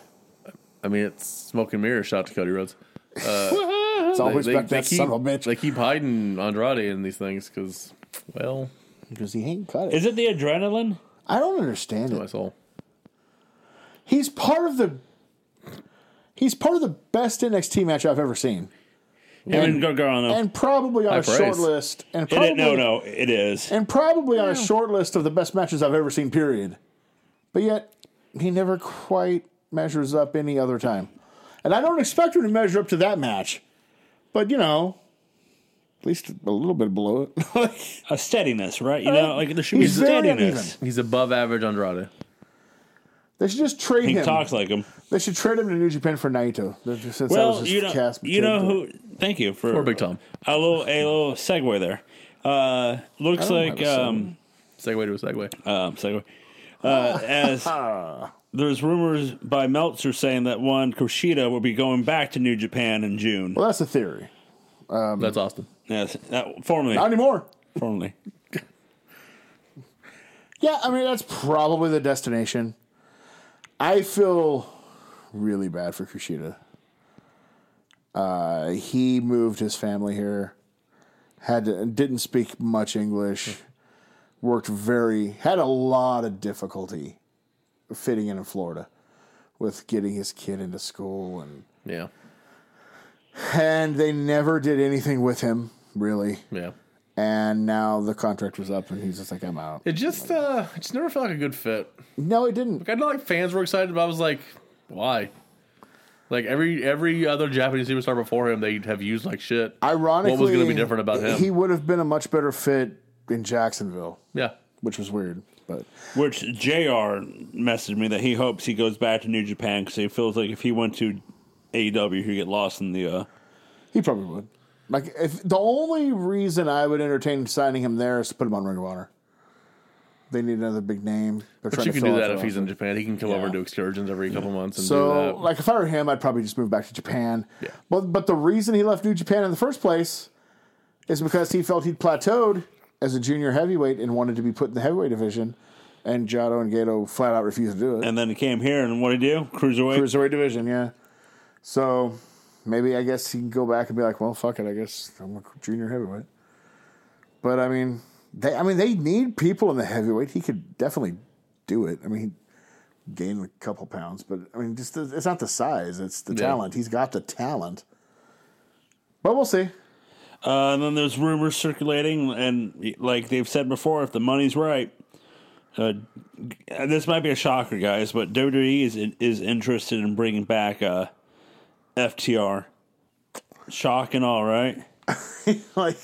I mean, it's smoke and mirror shot to Cody Rhodes. It's always They- back they that keep- son of a bitch They keep hiding Andrade in these things because, well, because he ain't cut it. is it the adrenaline? I don't understand my it. soul. He's part of the. He's part of the best NXT match I've ever seen, Him and Gargano. and probably on High a short praise. list. And It probably, is- no, no, it is. And probably on a short list of the best matches I've ever seen. Period. But yet, he never quite measures up any other time, and I don't expect him to measure up to that match. But you know, at least a little bit below it. A steadiness, right? You know, like there should be Uh, He's very steadiness. He's above average Andrade. They should just trade He him. talks like him. They should trade him to New Japan for Naito. They're just- Since that Well, was his you know, cast you know character. who. Thank you for Or Big Tom. a little a little segue there. Uh, looks like um, Segue to a segue. um, segue. Uh, as there's rumors by Meltzer saying that one Kushida will be going back to New Japan in June. Well, that's a theory. Um, That's Austin. Yes, that, formally, Not anymore. formally. Yeah, I mean that's probably the destination. I feel really bad for Kushida. Uh, he moved his family here, had to, didn't speak much English, worked very had a lot of difficulty fitting in in Florida with getting his kid into school and Yeah. and they never did anything with him really. Yeah. And now the contract was up, and he's just like, "I'm out." It just uh it just never felt like a good fit. No, it didn't. I know like fans were excited, but I was like, why? Like every every other Japanese superstar before him, they have used like shit. Ironically, what was going to be different about him? He would have been a much better fit in Jacksonville, yeah, which was weird. But Which JR messaged me that he hopes he goes back to New Japan because he feels like if he went to AEW, he'd get lost in the. Uh, he probably would. Like, if the only reason I would entertain signing him there is to put him on Ring of Honor. They need another big name. They're but trying you to can do fill out that their if he's roster. in Japan. He can come over and do excursions every couple months and So, do that. like, if I were him, I'd probably just move back to Japan. Yeah. But but the reason he left New Japan in the first place is because he felt he'd plateaued as a junior heavyweight and wanted to be put in the heavyweight division. And Jado and Gato flat out refused to do it. and then he came here and what did he do? Cruiserweight. Cruiserweight division, yeah. So maybe I guess he can go back and be like, well, fuck it. I guess I'm a junior heavyweight. But I mean, they I mean they need people in the heavyweight. He could definitely do it. I mean, gain a couple pounds, but I mean, just the, it's not the size; it's the Yeah. talent. He's got the talent. But we'll see. Uh, and then there's rumors circulating, and like they've said before, if the money's right, uh, this might be a shocker, guys, but WWE is is interested in bringing back uh, FTR. Shock and all, right? like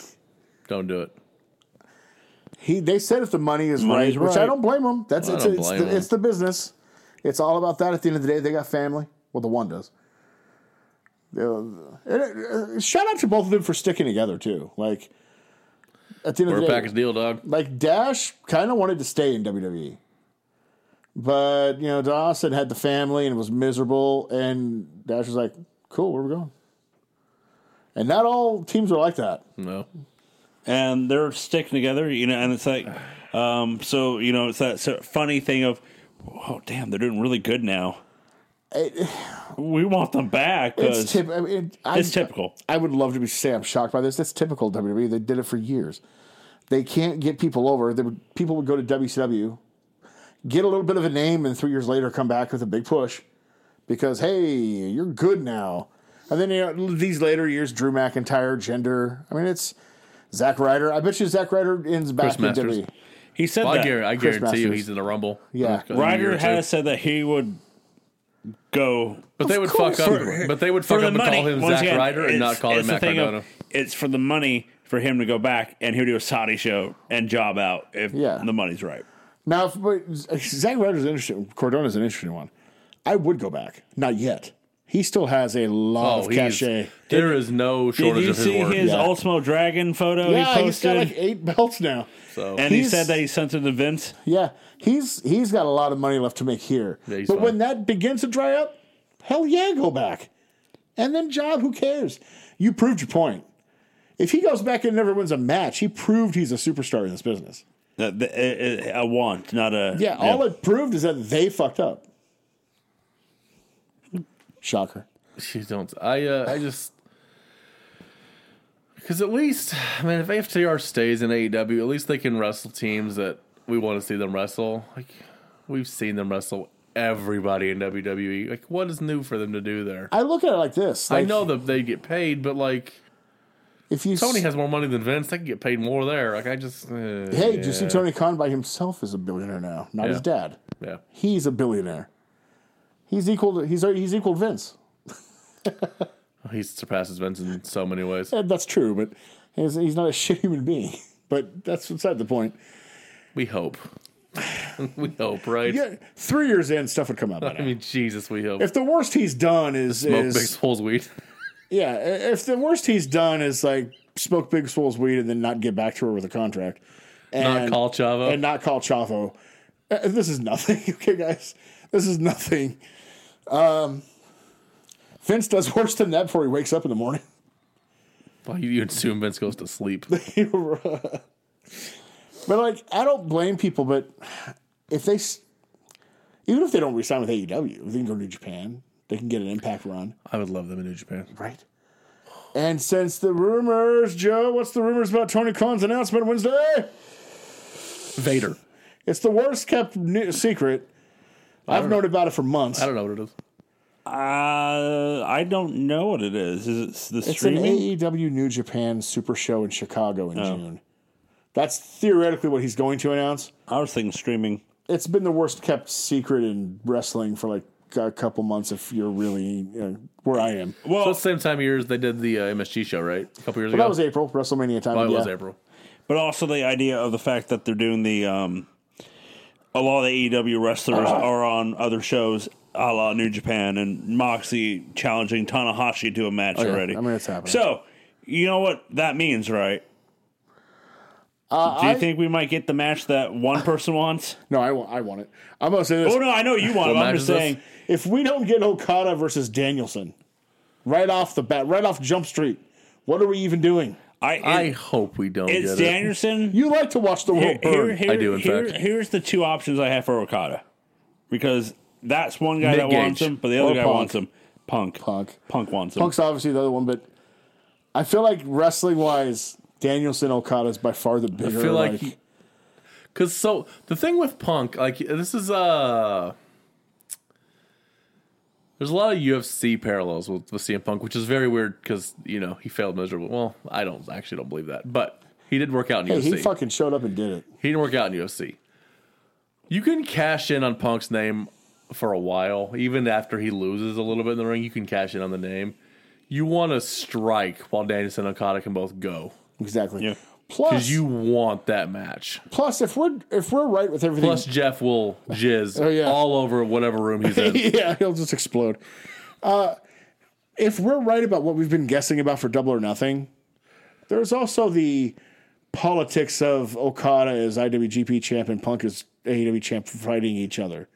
Don't do it. he, they said if the money is right, Money's which I right. don't blame him. That's I it's, don't it's, blame the, him. it's the business. It's all about that. At the end of the day, they got family. Well, the one does. Uh, and, uh, shout out to both of them for sticking together too. Like at the end We're of the a day, package deal, dog. like Dash kind of wanted to stay in WWE, but you know Dawson had the family and was miserable, and Dash was like, "Cool, where we going?" And not all teams are like that. No, and they're sticking together, you know, and it's like, um, so you know, it's that so funny thing of, oh damn, they're doing really good now. It- We want them back because it's typ- I mean, I- it's typical. I would love to be say I'm shocked by this. That's typical WWE. They did it for years. They can't get people over. They would, people would go to WCW, get a little bit of a name, and three years later come back with a big push because hey, you're good now. And then you know, these later years, Drew McIntyre, gender. I mean, it's Zack Ryder. I bet you Zack Ryder ends back in E. Masters. WWE. He said Well, I, that. guarantee, I Chris guarantee you Masters. he's in uh, the Rumble. Yeah. In a year or Ryder two. has said that he would go but they would course. fuck up. For- But they would fuck up and call him once Zack again, Ryder and it's- not call him it's the Matt thing of- Cardona. It's for the money for him to go back and he'll do a Saudi show and job out if Yeah. the money's right. Now, if, but Zack Ryder's an interesting. Cordona's an interesting one. I would go back. Not yet. He still has a lot Oh, of he's, cachet. there is no Did shortage you of his see work. his Yeah. Ultimo Dragon photo Yeah, he he's got posted? like eight belts now. so and he he's- said that he sent it to Vince. Yeah, he's he's got a lot of money left to make here. Yeah, he's but fine. when that begins to dry up, hell yeah, go back. And then job, who cares? You proved your point. If he goes back and never wins a match, he proved he's a superstar in this business. That- that- uh, a- a- a want, not a. Yeah, all it proved is that they fucked up. Shocker. You don't. I uh, I just because at least I mean if AFTR stays in AEW, at least they can wrestle teams that we want to see them wrestle. Like we've seen them wrestle everybody in WWE. Like what is new for them to do there? I look at it like this. I like, know that they get paid, but like if you Tony s- has more money than Vince, they can get paid more there. Like I just uh, hey, yeah, do you see Tony Khan by himself is a billionaire now, not his Yeah. dad. yeah. He's a billionaire. He's equal. To, he's already- he's equal Vince. He surpasses Vince in so many ways. Yeah, Eh, that's true, but he's, he's not a shit human being. But that's beside the point. We hope. we hope, right? Yeah, three years in, stuff would come out. By I now. mean, Jesus, we hope. If the worst he's done is, Smoke is big holes weed. yeah, i- if the worst he's done is like smoke Big Swole's weed and then not get back to her with a contract, Not and call Chavo. and not call Chavo, uh, this is nothing. Okay, guys, this is nothing. Um, Vince does worse than that before he wakes up in the morning. Well, you, you assume Vince goes to sleep. but like, I don't blame people. But if they, s- Even if they don't resign with AEW, they can go to New Japan. They can get an impact run. I would love them in New Japan. Right. And since the rumors, Joe, what's the rumors about Tony Khan's announcement Wednesday? Vader. It's the worst kept new- secret. I've known about it for months. I don't know what it is. Uh, I don't know what it is. Is it the It's streaming? an AEW New Japan Super Show in Chicago in Oh. June. That's theoretically what he's going to announce. I was thinking streaming. It's been the worst kept secret in wrestling for like a couple months. If you're really you know, where I am, well, so it's the same time of year as they did the uh, MSG show, right? A couple years ago. that was April WrestleMania time. Probably yeah. was April. But also the idea of the fact that they're doing the um, a lot of the AEW wrestlers Uh-huh. are on other shows, a la New Japan and Moxie challenging Tanahashi to a match Oh, yeah. already. I mean, it's happening. So you know what that means, right? Do you Uh, I- think we might get the match that one person wants? No, I want. I want it. I'm gonna say this. Oh no, I know you want. it. What I'm match just is this? saying. If we don't get Okada versus Danielson right off the bat, right off Jump Street, what are we even doing? I, I it- hope we don't it's get it. Danielson. You like to watch the world Here- here- burn. here- I do, in here- fact. Here's the two options I have for Okada, because that's one guy Nick that wants Gage. him, but the other Or guy Punk. wants him. Punk. Punk. Punk wants him. Punk's obviously the other one, but I feel like wrestling wise, Danielson Okada is by far the bigger. I feel like, like, because so the thing with Punk, like this is uh, there's a lot of UFC parallels with, with CM Punk, which is very weird because you know he failed miserably. Well, I don't I actually don't believe that, but he did work out in hey, UFC. he fucking showed up and did it. He didn't work out in UFC. You can cash in on Punk's name for a while, even after he loses a little bit in the ring. You can cash in on the name. You want to strike while Danielson and Okada can both go Exactly. Yeah. Plus, because you want that match. plus if we're if we're right with everything, Plus, Jeff will jizz Oh, yeah. all over whatever room he's in. yeah, he'll just explode. Uh, if we're right about what we've been guessing about for Double or Nothing, there's also the politics of Okada as IWGP champ and Punk as AEW champ fighting each other.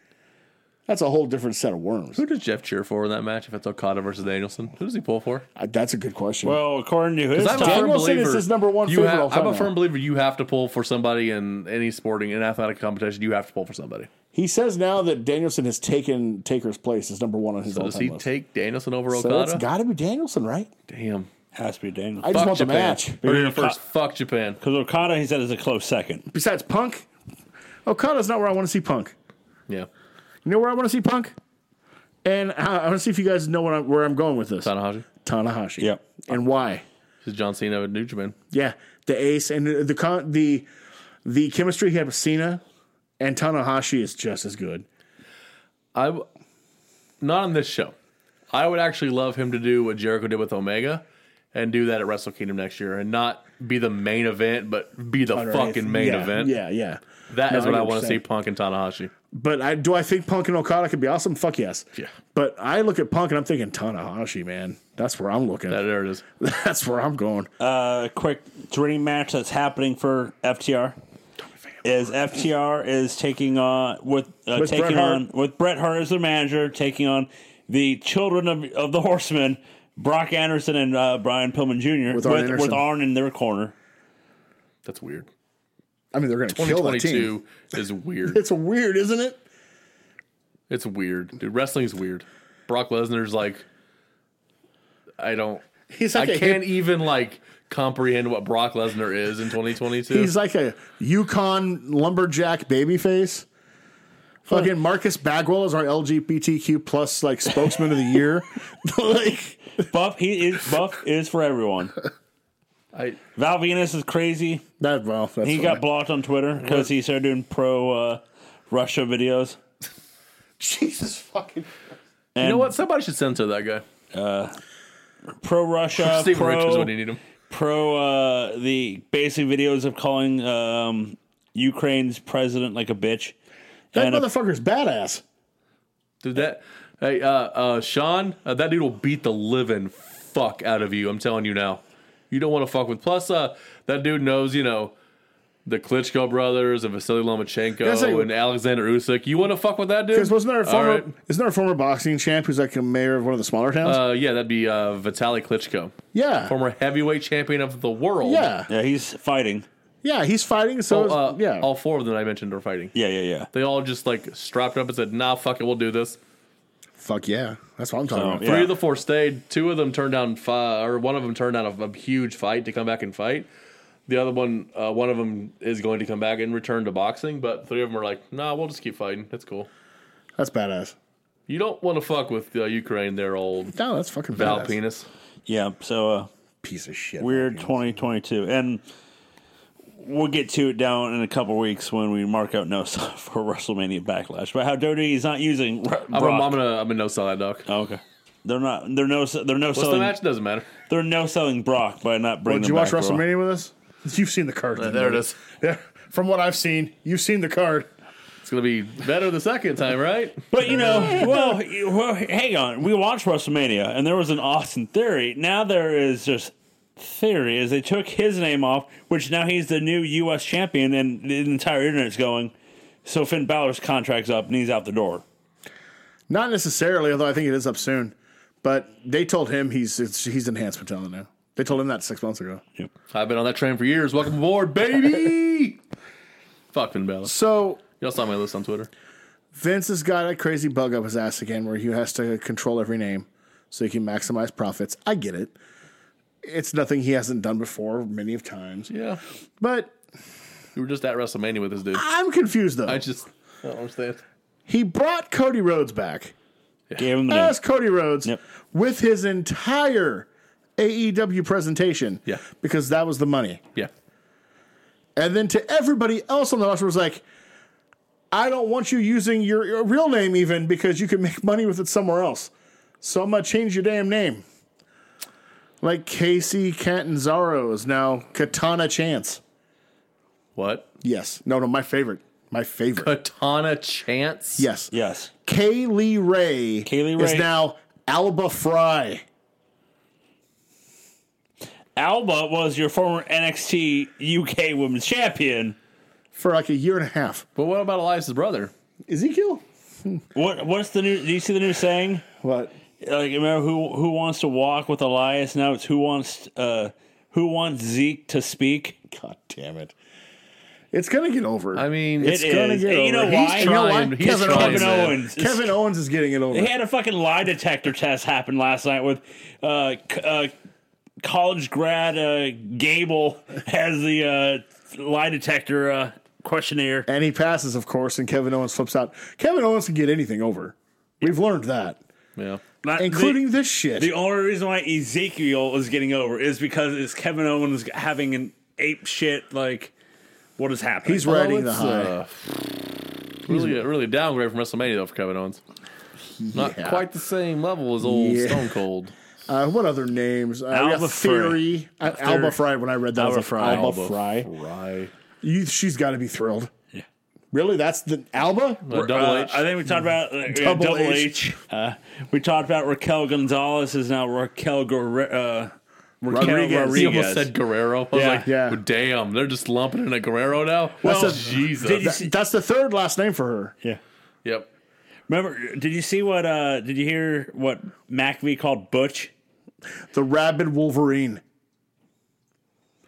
That's a whole different set of worms. Who does Jeff cheer for in that match? If it's Okada versus Danielson, who does he pull for? Uh, That's a good question. Well, according to his I'm time, a firm Danielson is believer- his number one you favorite have- all I'm time a now. firm believer. You have to pull for somebody in any sporting and athletic competition. You have to pull for somebody. he says now that Danielson has taken Taker's place as number one on his So all does time he list. take Danielson over so it's Okada? got to be Danielson, right? Damn. has to be Daniel. I just Fuck want the Japan. match. Heard it Yeah, here first. Fuck Japan. Because Okada, he said, is a close second. Besides Punk, Okada's not where I want to see Punk. Yeah. You know where I want to see Punk? And uh, I, I want to see if you guys know what I'm, where I'm going with this. Tanahashi. Tanahashi. Yep. And why? This is John Cena of New Japan. Yeah, the ace and the the con- the, the chemistry he had with Cena and Tanahashi is just as good. I w- not on this show. I would actually love him to do what Jericho did with Omega and do that at Wrestle Kingdom next year and not be the main event, but be the fucking main Yeah, event. Yeah, yeah. That is No, what I want to 100%. see Punk and Tanahashi. But I do I think Punk and Okada could be awesome. Fuck yes. Yeah. But I look at Punk and I'm thinking Tanahashi, man. That's where I'm looking. That, there it is. That's where I'm going. Uh, quick dream match that's happening for FTR is FTR is taking on with, uh, With Bret taking Hart. on with Bret Hart as their manager, taking on the children of, of the Horsemen, Brock Anderson and uh, Brian Pillman Jr. With Arn with, Anderson. Arn in their corner. That's weird. I mean, they're going to kill that team. 2022 is weird. It's weird, isn't it? It's weird. Dude, wrestling's weird. Brock Lesnar's like, I don't. He's like I a can't even like comprehend what Brock Lesnar is in 2022. He's like a Yukon lumberjack babyface. Fucking Marcus Bagwell is our LGBTQ plus like spokesman of the year. like Buff he is buff is for everyone. I, Val Venus is crazy. that well, that's He got blocked on Twitter because he started doing pro uh, Russia videos. Jesus fucking And you know what? Somebody should censor that guy. Pro Uh, Russia, Steven Richards pro when you need him. pro uh, the basic videos of calling um, Ukraine's president like a bitch. that And a- motherfucker's badass. Dude, that hey, uh, uh, Sean, uh, that dude will beat the living fuck out of you. I'm telling you now. You don't want to fuck with. Plus, uh, that dude knows, you know, the Klitschko brothers and Vasily Lomachenko That's like- and Alexander Usyk. You want to fuck with that dude? Because wasn't there a All former right. isn't there a former boxing champ who's like a mayor of one of the smaller towns? Uh, yeah, that'd be uh, Vitaly Klitschko, yeah. former heavyweight champion of the world. yeah. yeah, he's fighting. Yeah, he's fighting. So Well, uh, is- yeah, all four of them I mentioned are fighting. Yeah, yeah, yeah. They all just like strapped up and said, "Nah, fuck it, we'll do this." fuck yeah. That's what I'm talking So, about. yeah. Three of the four stayed. Two of them turned down five, or one of them turned down a, a huge fight to come back and fight. The other one, uh, one of them is going to come back and return to boxing, but three of them are like, "Nah, we'll just keep fighting. That's cool." That's badass. You don't want to fuck with uh, Ukraine, their old No, that's fucking Val badass. penis. Yeah, so uh, Piece of shit. weird Valpenis. 2022. And we'll get to it down in a couple weeks when we mark out no stuff for WrestleMania Backlash. But how WWE is not using Ro- I'm a, Brock. I'm gonna, I'm gonna no sell that dog. Oh, okay. They're not. They're no. They're no What's the selling. match? Doesn't matter. They're no selling Brock by not Well, bringing. did you him watch back for Raw. WrestleMania with us? You've seen the card. Uh, there it is. Yeah, from what I've seen, you've seen the card. It's gonna be better the second time, right? But you know, well, you- well, hang on. We watched WrestleMania, and there was an Austin Theory. Now there is just Theory, is they took his name off, which now he's the new U.S. champion, and the entire internet's going. So Finn Balor's contract's up, and he's out the door. Not necessarily, although I think it is up soon. But they told him he's it's, he's enhancement talent now. They told him that six months ago. I've been on that train for years. Welcome aboard, baby. Fuck Finn Balor. So Y'all saw my list on Twitter. Vince has got a crazy bug up his ass again, where he has to control every name so he can maximize profits. I get it. It's nothing he hasn't done before many of times. Yeah, But we were just at WrestleMania with this dude. I'm confused though. I just I don't understand. he brought Cody Rhodes back Gave him the name. as Cody Rhodes Yep. with his entire AEW presentation. Yeah. Because that was the money. Yeah, And then to everybody else on the roster was like, I don't want you using your, your real name even because you can make money with it somewhere else. So I'm gonna change your damn name. Like Casey Catanzaro is now Katana Chance. what? Yes. No, no, my favorite. My favorite. Katana Chance. yes. Yes, Kaylee Ray Kaylee is Ray. now Alba Fry. Alba was your former NXT UK Women's Champion. for like a year and a half. But what about Elias's brother? Ezekiel? What? What's the new? Do you see the new saying? What? like remember who who wants to walk with Elias now it's who wants uh who wants Zeke to speak God damn it. It's going to get over. I mean, It is. gonna get And you know over. why? He's You know trying. why? He's Kevin, trying, Kevin man. Owens. is- Kevin Owens is getting it over. They had a fucking lie detector test happen last night with uh, c- uh college grad uh Gable as the uh lie detector uh questionnaire. and he passes, of course, and Kevin Owens flips out. Kevin Owens can get anything over. We've learned that, yeah. Not- including this shit. the, the only reason why Ezekiel is getting over is because it's Kevin Owens having an ape shit like what is happening. He's riding the it's, high. uh, really, a, really a downgrade from WrestleMania though for Kevin Owens. Not Yeah. quite the same level as old Yeah. Stone Cold. Uh, what other names? Uh, we Alba got Fry. Theory. Uh, Alba Fry, when I read that, I was Alba like, Fry. Alba, Alba Fry. Right. You, she's got to be thrilled. Yeah. Really? That's the Alba? A double Uh, H. I think we talked about uh, yeah, Double double, H. H. Uh, we talked about Raquel Gonzalez is now Raquel Guerre- uh, Raquel Rodriguez. Rodriguez. he almost said Guerrero. I was Yeah. like, Yeah. well, damn, they're just lumping in a Guerrero now. Well, Well, Jesus. did you That- see- that's the third last name for her. yeah. yep. Remember? Did you see what? Uh, did you hear what McVie called Butch? The Rabid Wolverine.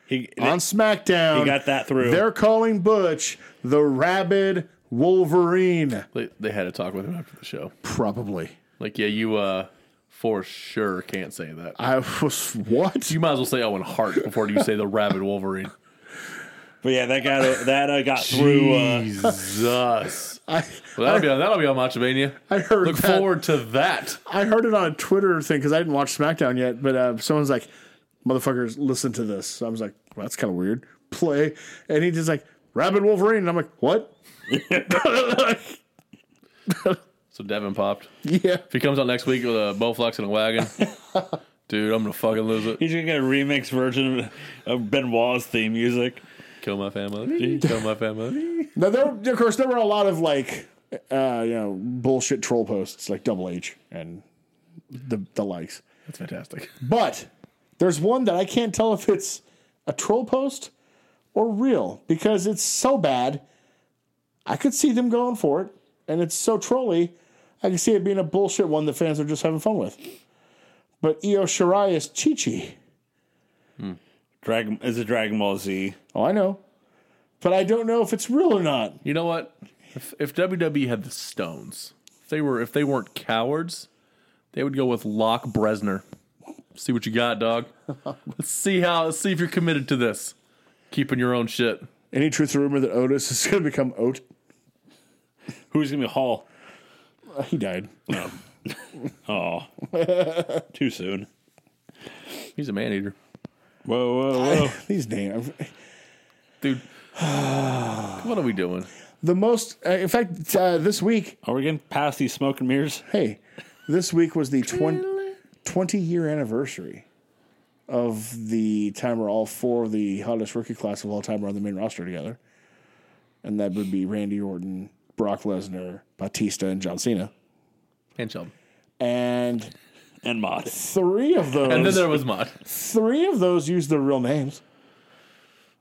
He on SmackDown. He got that through. They're calling Butch the Rabid Wolverine. They, they had a talk with him after the show. Probably. Like, yeah, you uh for sure can't say that. I was what? You might as well say Owen Hart before you say the rabid Wolverine. but yeah, that got that uh, got through. Uh, Jesus. I, Well, that'll be on, that'll be on Matchamania. I heard Look that. forward to that. I heard it on a Twitter thing because I didn't watch SmackDown yet, but uh, someone's like, "Motherfuckers, listen to this." So I was like, well, "That's kind of weird." Play, and he just like Rabid Wolverine, and I'm like, "What?" So Devin popped. If Yeah, he comes out next week with a Bowflex and a wagon, dude, I'm gonna fucking lose it. he's gonna get a remix version of, of Benoit's theme music. Kill my family. Kill my family. Now, there, of course, there were a lot of like, uh, you know, bullshit troll posts like Double H and the the likes. That's fantastic. But there's one that I can't tell if it's a troll post or real because it's so bad. I could see them going for it, and it's so trolly. I can see it being a bullshit one that fans are just having fun with. But E Io Shirai is Chi Chi. Dragon is a Dragon Ball Z. Oh, I know. but I don't know if it's real or not. You know what? If, if WWE had the Stones, if they were if they weren't cowards, they would go with Locke Bresner. See what you got, dog. let's see how. Let's see if you're committed to this. Keeping your own shit. Any truth or rumor that Otis is going to become Oat? Who's gonna be Hall? Uh, He died. Oh, too soon. He's a man eater, Whoa, whoa, whoa. These names. dude. what are we doing? The most, uh, in fact, uh, this week, Are we getting past these smoke and mirrors? hey, this week was the 20, 20 year anniversary of the time where all four of the hottest rookie class of all time were on the main roster together. And that would be Randy Orton, Brock Lesnar, Batista, and John Cena. And Sheldon. And And mods. three of those, And then there was Mod. three of those used their real names.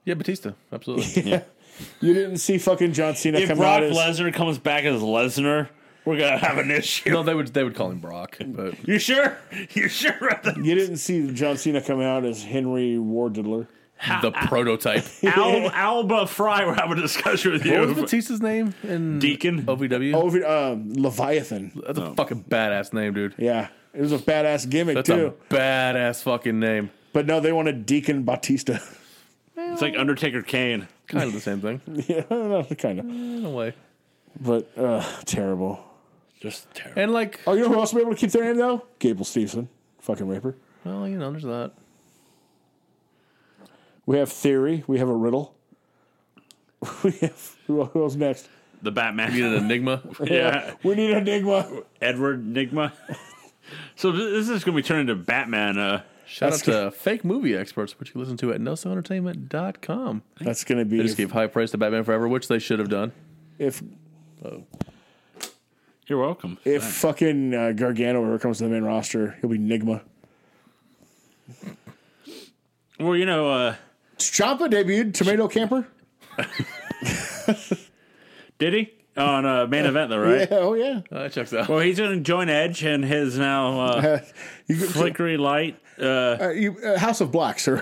Yeah, Batista. Absolutely. You didn't see fucking John Cena If come Brock out as Lesnar comes back as Lesnar, we're gonna have an issue. no, they would they would call him Brock, but You sure? You sure? about that? you didn't see John Cena come out as Henry Wardidler. the prototype. Al, Alba Fry. We're having a discussion with What was you. Batista's name in Oh. Deacon. OVW? Over um, Leviathan. That's a fucking badass name, dude. Yeah. It was a badass gimmick That's too. a badass fucking name. But no, they wanted Deacon Batista. It's like Undertaker Kane. Kind of the same thing. yeah, kind of. In a way. But uh, terrible. Just terrible. And like, Oh, you know who else was able to keep their name though? Gable Stevenson, fucking raper. well, you know, there's that. We have theory. We have a riddle. We have who who else next? The You Batman. an enigma. yeah. We need Enigma. Edward Nigma. so th- this is gonna be turned into Batman. Uh, Shout out That's to fake movie experts, which you listen to at nosoentertainment.com. That's gonna be They just if, gave high praise to Batman Forever, which they should have done. if you're welcome. if fucking uh, Gargano ever comes to the main roster, he'll be Enigma. Well, you know, uh, Champa debuted Tomato Camper. did he on uh, main event though, right? Yeah, oh yeah. Uh, that checks out. Well, he's gonna join Edge and his now uh, Uh, you, go- flickery light. Uh, uh, you, uh, House of Black, sir.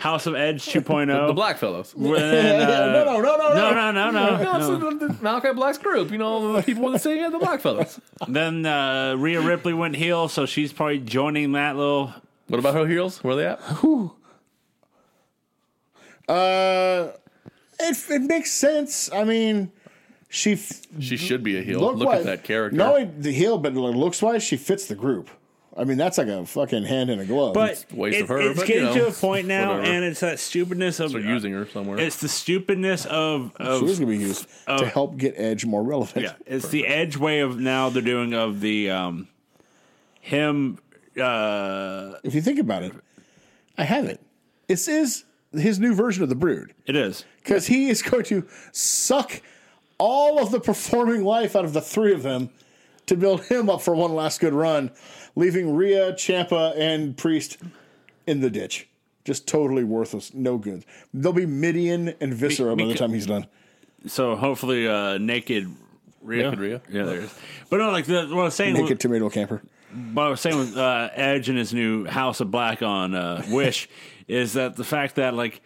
House of Edge 2.0. the Black Fellows. Well, then, uh, no, no, no, no, no, no, no. No, it's the, the Malachi Black's group. You know, the people want to say, yeah, the Black Fellows. Then uh, Rhea Ripley went heel, so she's probably joining that little. What about her heels? Where are they at? Uh, it it makes sense. I mean, she f- She should be a heel. look, Look wise, at that character. Not only the heel, but looks wise, she fits the group. I mean, that's like a fucking hand in a glove. But a waste it- of her, it's but, getting you know, to a point now, whatever. and it's that stupidness of uh, They're using her somewhere. It's the stupidness of she was of gonna be used to help get Edge more relevant. yeah. It's the Edge way of now they're doing of the um him. Uh, If you think about it, I have it. This is his new version of the Brood it is. because he is going to suck all of the performing life out of the three of them to build him up for one last good run, leaving Rhea, Champa, and Priest in the ditch. Just totally worthless, no good. They'll be Midian and Viscera by the beca- time he's done. So hopefully, uh, naked. Rhea? Naked Rhea? yeah, there is. But no, like the, what I was saying, Naked tomato camper. what I was saying with uh, Edge and his new House of Black on uh, Wish is that the fact that like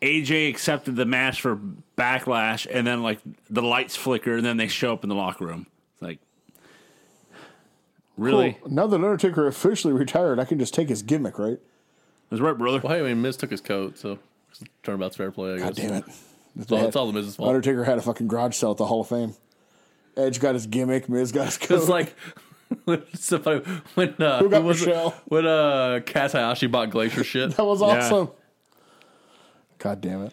AJ accepted the match for Backlash, and then like the lights flicker, and then they show up in the locker room. It's like really, Cool. Now that Undertaker officially retired, I can just take his gimmick, right? that's right, brother. Well, hey, I mean, Miz took his coat, so turnabout's fair play, I guess. God damn it. It's all, it's all the Miz's fault. Undertaker had a fucking garage sale at the Hall of Fame. Edge got his gimmick, Miz got his coat. It's like when somebody when uh, Who got was it? Michelle? when uh Kaz Hayashi bought Glacier shit. that was Yeah. awesome. God damn it.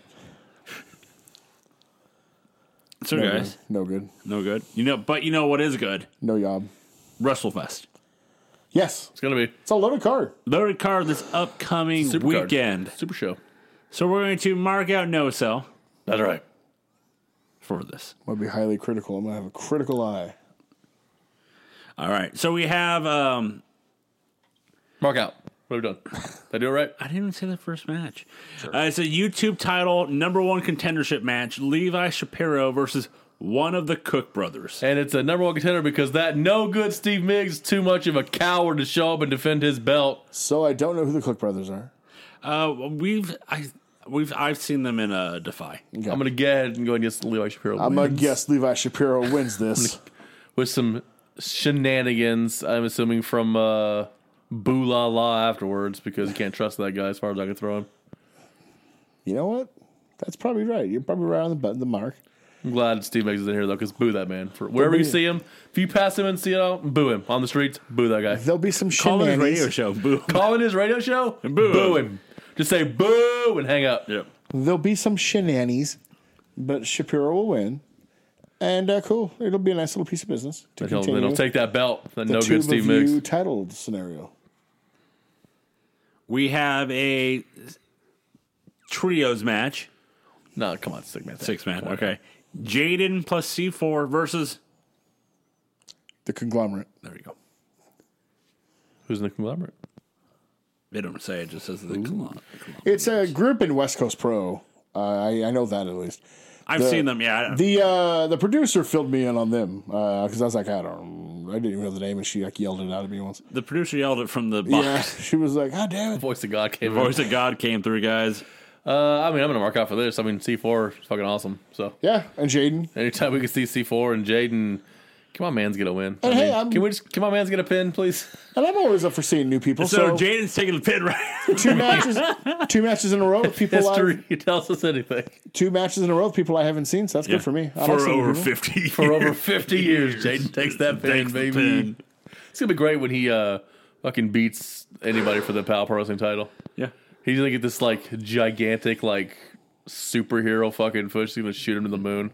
So No guys, good. No good. no good. You know, but you know what is good? No yob. WrestleFest. Yes. It's gonna be It's a loaded card. Loaded card this upcoming super card. weekend. super show. So we're going to mark out no sell That's right. for this. I'm gonna be highly critical. I'm gonna have a critical eye. All right. So we have um Mark out. What have we done? Did I do it right? I didn't even say that first match. Uh, it's a YouTube title number one contendership match: Levi Shapiro versus one of the Cook brothers. And it's a number one contender because that no good Steve Miggs is too much of a coward to show up and defend his belt. So I don't know who the Cook brothers are. Uh, we've I We've I've seen them in uh, Defy. I'm gonna go ahead and go against Levi Shapiro. I'm gonna wins. guess Levi Shapiro wins this. with some shenanigans. I'm assuming from uh, Boo La La afterwards because you can't trust that guy as far as I can throw him. you know what? That's probably right. You're probably right on the bu- the mark. I'm glad Steve Meggs is in here though because boo that man for wherever you see him. If you pass him and see him, boo him on the streets. Boo that guy. There'll be some Call his shenanigans. radio show. Boo. Call in his radio show. boo him. him. Just say boo and hang up. Yep. There'll be some shenanigans, but Shapiro will win. And uh, cool, it'll be a nice little piece of business to Then he'll, continue then he'll take that belt. That the no tube good Steve of Meggs. you title scenario. We have a trios match. No, come on, six man. Six man. Okay. Jaden plus C4 versus. The conglomerate. There you go. Who's in the conglomerate? They don't say it. Just says the conglomerate. It's a group in West Coast Pro. Uh, I, I know that at least. I've seen them. Yeah. I- The uh, the producer filled me in on them because I was like, I don't, I didn't even know the name, and she like yelled it out at me once. the producer yelled it from the box. Yeah, she was like, God damn it! Voice of God came. in. Voice of God came through, guys. Uh, I mean, I'm gonna mark out for this. I mean, C4 is fucking awesome. So Yeah, and Jaden. Anytime we can see C4 and Jaden, come on, man's gonna win. I hey, mean, I'm- can we just come on, man's get a pin, please? And I'm always up for seeing new people. So, So, Jaden's taking the pin right. two matches, two matches in a row with people. I, History tells us anything. two matches in a row with people I haven't seen, so that's good for me. I like for seeing over people. 50. For over 50 years, Jaden takes that pin, Takes the baby. pin. It's gonna be great when he uh fucking beats anybody for the Pal Pro Wrestling title. Yeah. He's gonna get this like gigantic like superhero fucking push. He's gonna shoot him to the moon.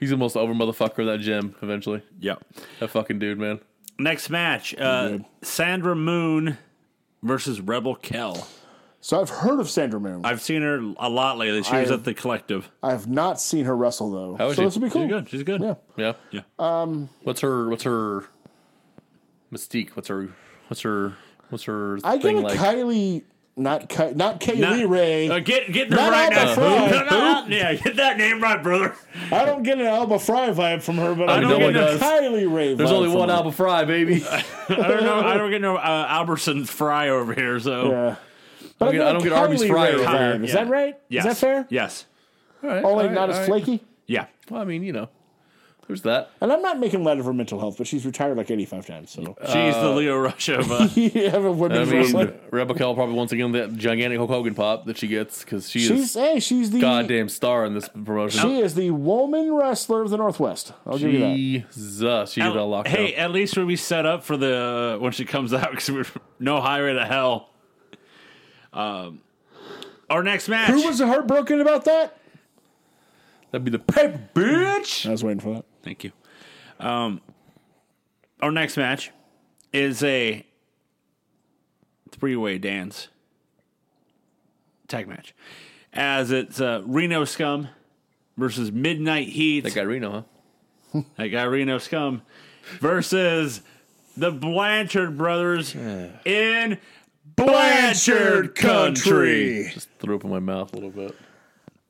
He's the most over motherfucker in that gym eventually. Yep. That fucking dude, man. Next match uh, Sandra Moon versus Rebel Kell. So I've heard of Sandra Moon. I've seen her a lot lately. She was I've- at the collective. I've not seen her wrestle though, How is so she? this will be cool. She's good. She's good. Yeah. Yeah. Yeah. Um. What's her? What's her? Mystique. What's her? What's her? What's her I get thing a like? Kylie, not Ky, not Kaylee Not- Ray. Uh, get get the Not right Alba now. Fry. No, no, no, yeah, get that name right, brother. I don't get an Alba Fry vibe from her, but I, don't don't get get a those. Kylie Ray. There's vibe only from one her. Alba Fry, baby. I don't know. I don't get no uh, Albertson Fry over here. So Yeah. But get- I don't get Arby's Kylie Fry Rae over vibe. here. Is Yeah. that right? Yes. Is that fair? Yes. All right, all Only right, not all as right. flaky. Yeah. Well, I mean, you know, there's that. And I'm not making light of her mental health, but she's retired like 85 times. So She's the Leo Rush of uh, you have a I women's mean, wrestling. Rebel Kell probably once again that gigantic Hulk Hogan pop that she gets because she She's is hey, she's the goddamn star in this promotion. she is the woman wrestler of the Northwest. I'll give you that. Jesus, she got a lockdown. Hey, at least we'll be set up for the uh, when she comes out because we're no highway to hell. Um, our next match. Who was heartbroken about that? That'd be the paper bitch. I was waiting for that. Thank you. Um, our next match is a three-way dance tag match, as it's uh, Reno Scum versus Midnight Heat. That guy Reno, huh? That guy Reno Scum versus the Blanchard brothers in Blanchard Country. Just threw up in my mouth a little bit.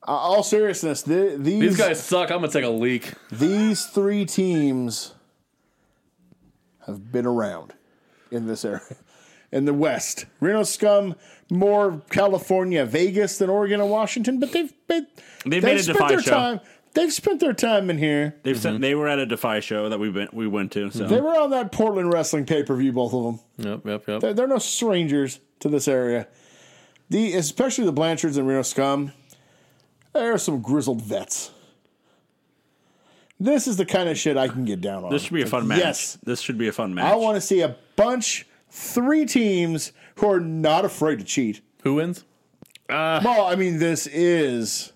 Uh, all seriousness, the, these These guys suck. I'm gonna take a leak. these three teams have been around in this area. In the West, Reno Scum, more California, Vegas than Oregon and Washington, but they've been, They've made a spent Defy their show. time. They've spent their time in here. They've sent, they were at a Defy show that we went we went to. So They were on that Portland wrestling pay per view, both of them. Yep, yep, yep. They're, they're no strangers to this area. The especially the Blanchards and Reno Scum, they are some grizzled vets. This is the kind of shit I can get down on. this should be a fun match. Yes, This should be a fun match. I want to see a bunch, three teams who are not afraid to cheat. Who wins? Ah. Well, I mean, this is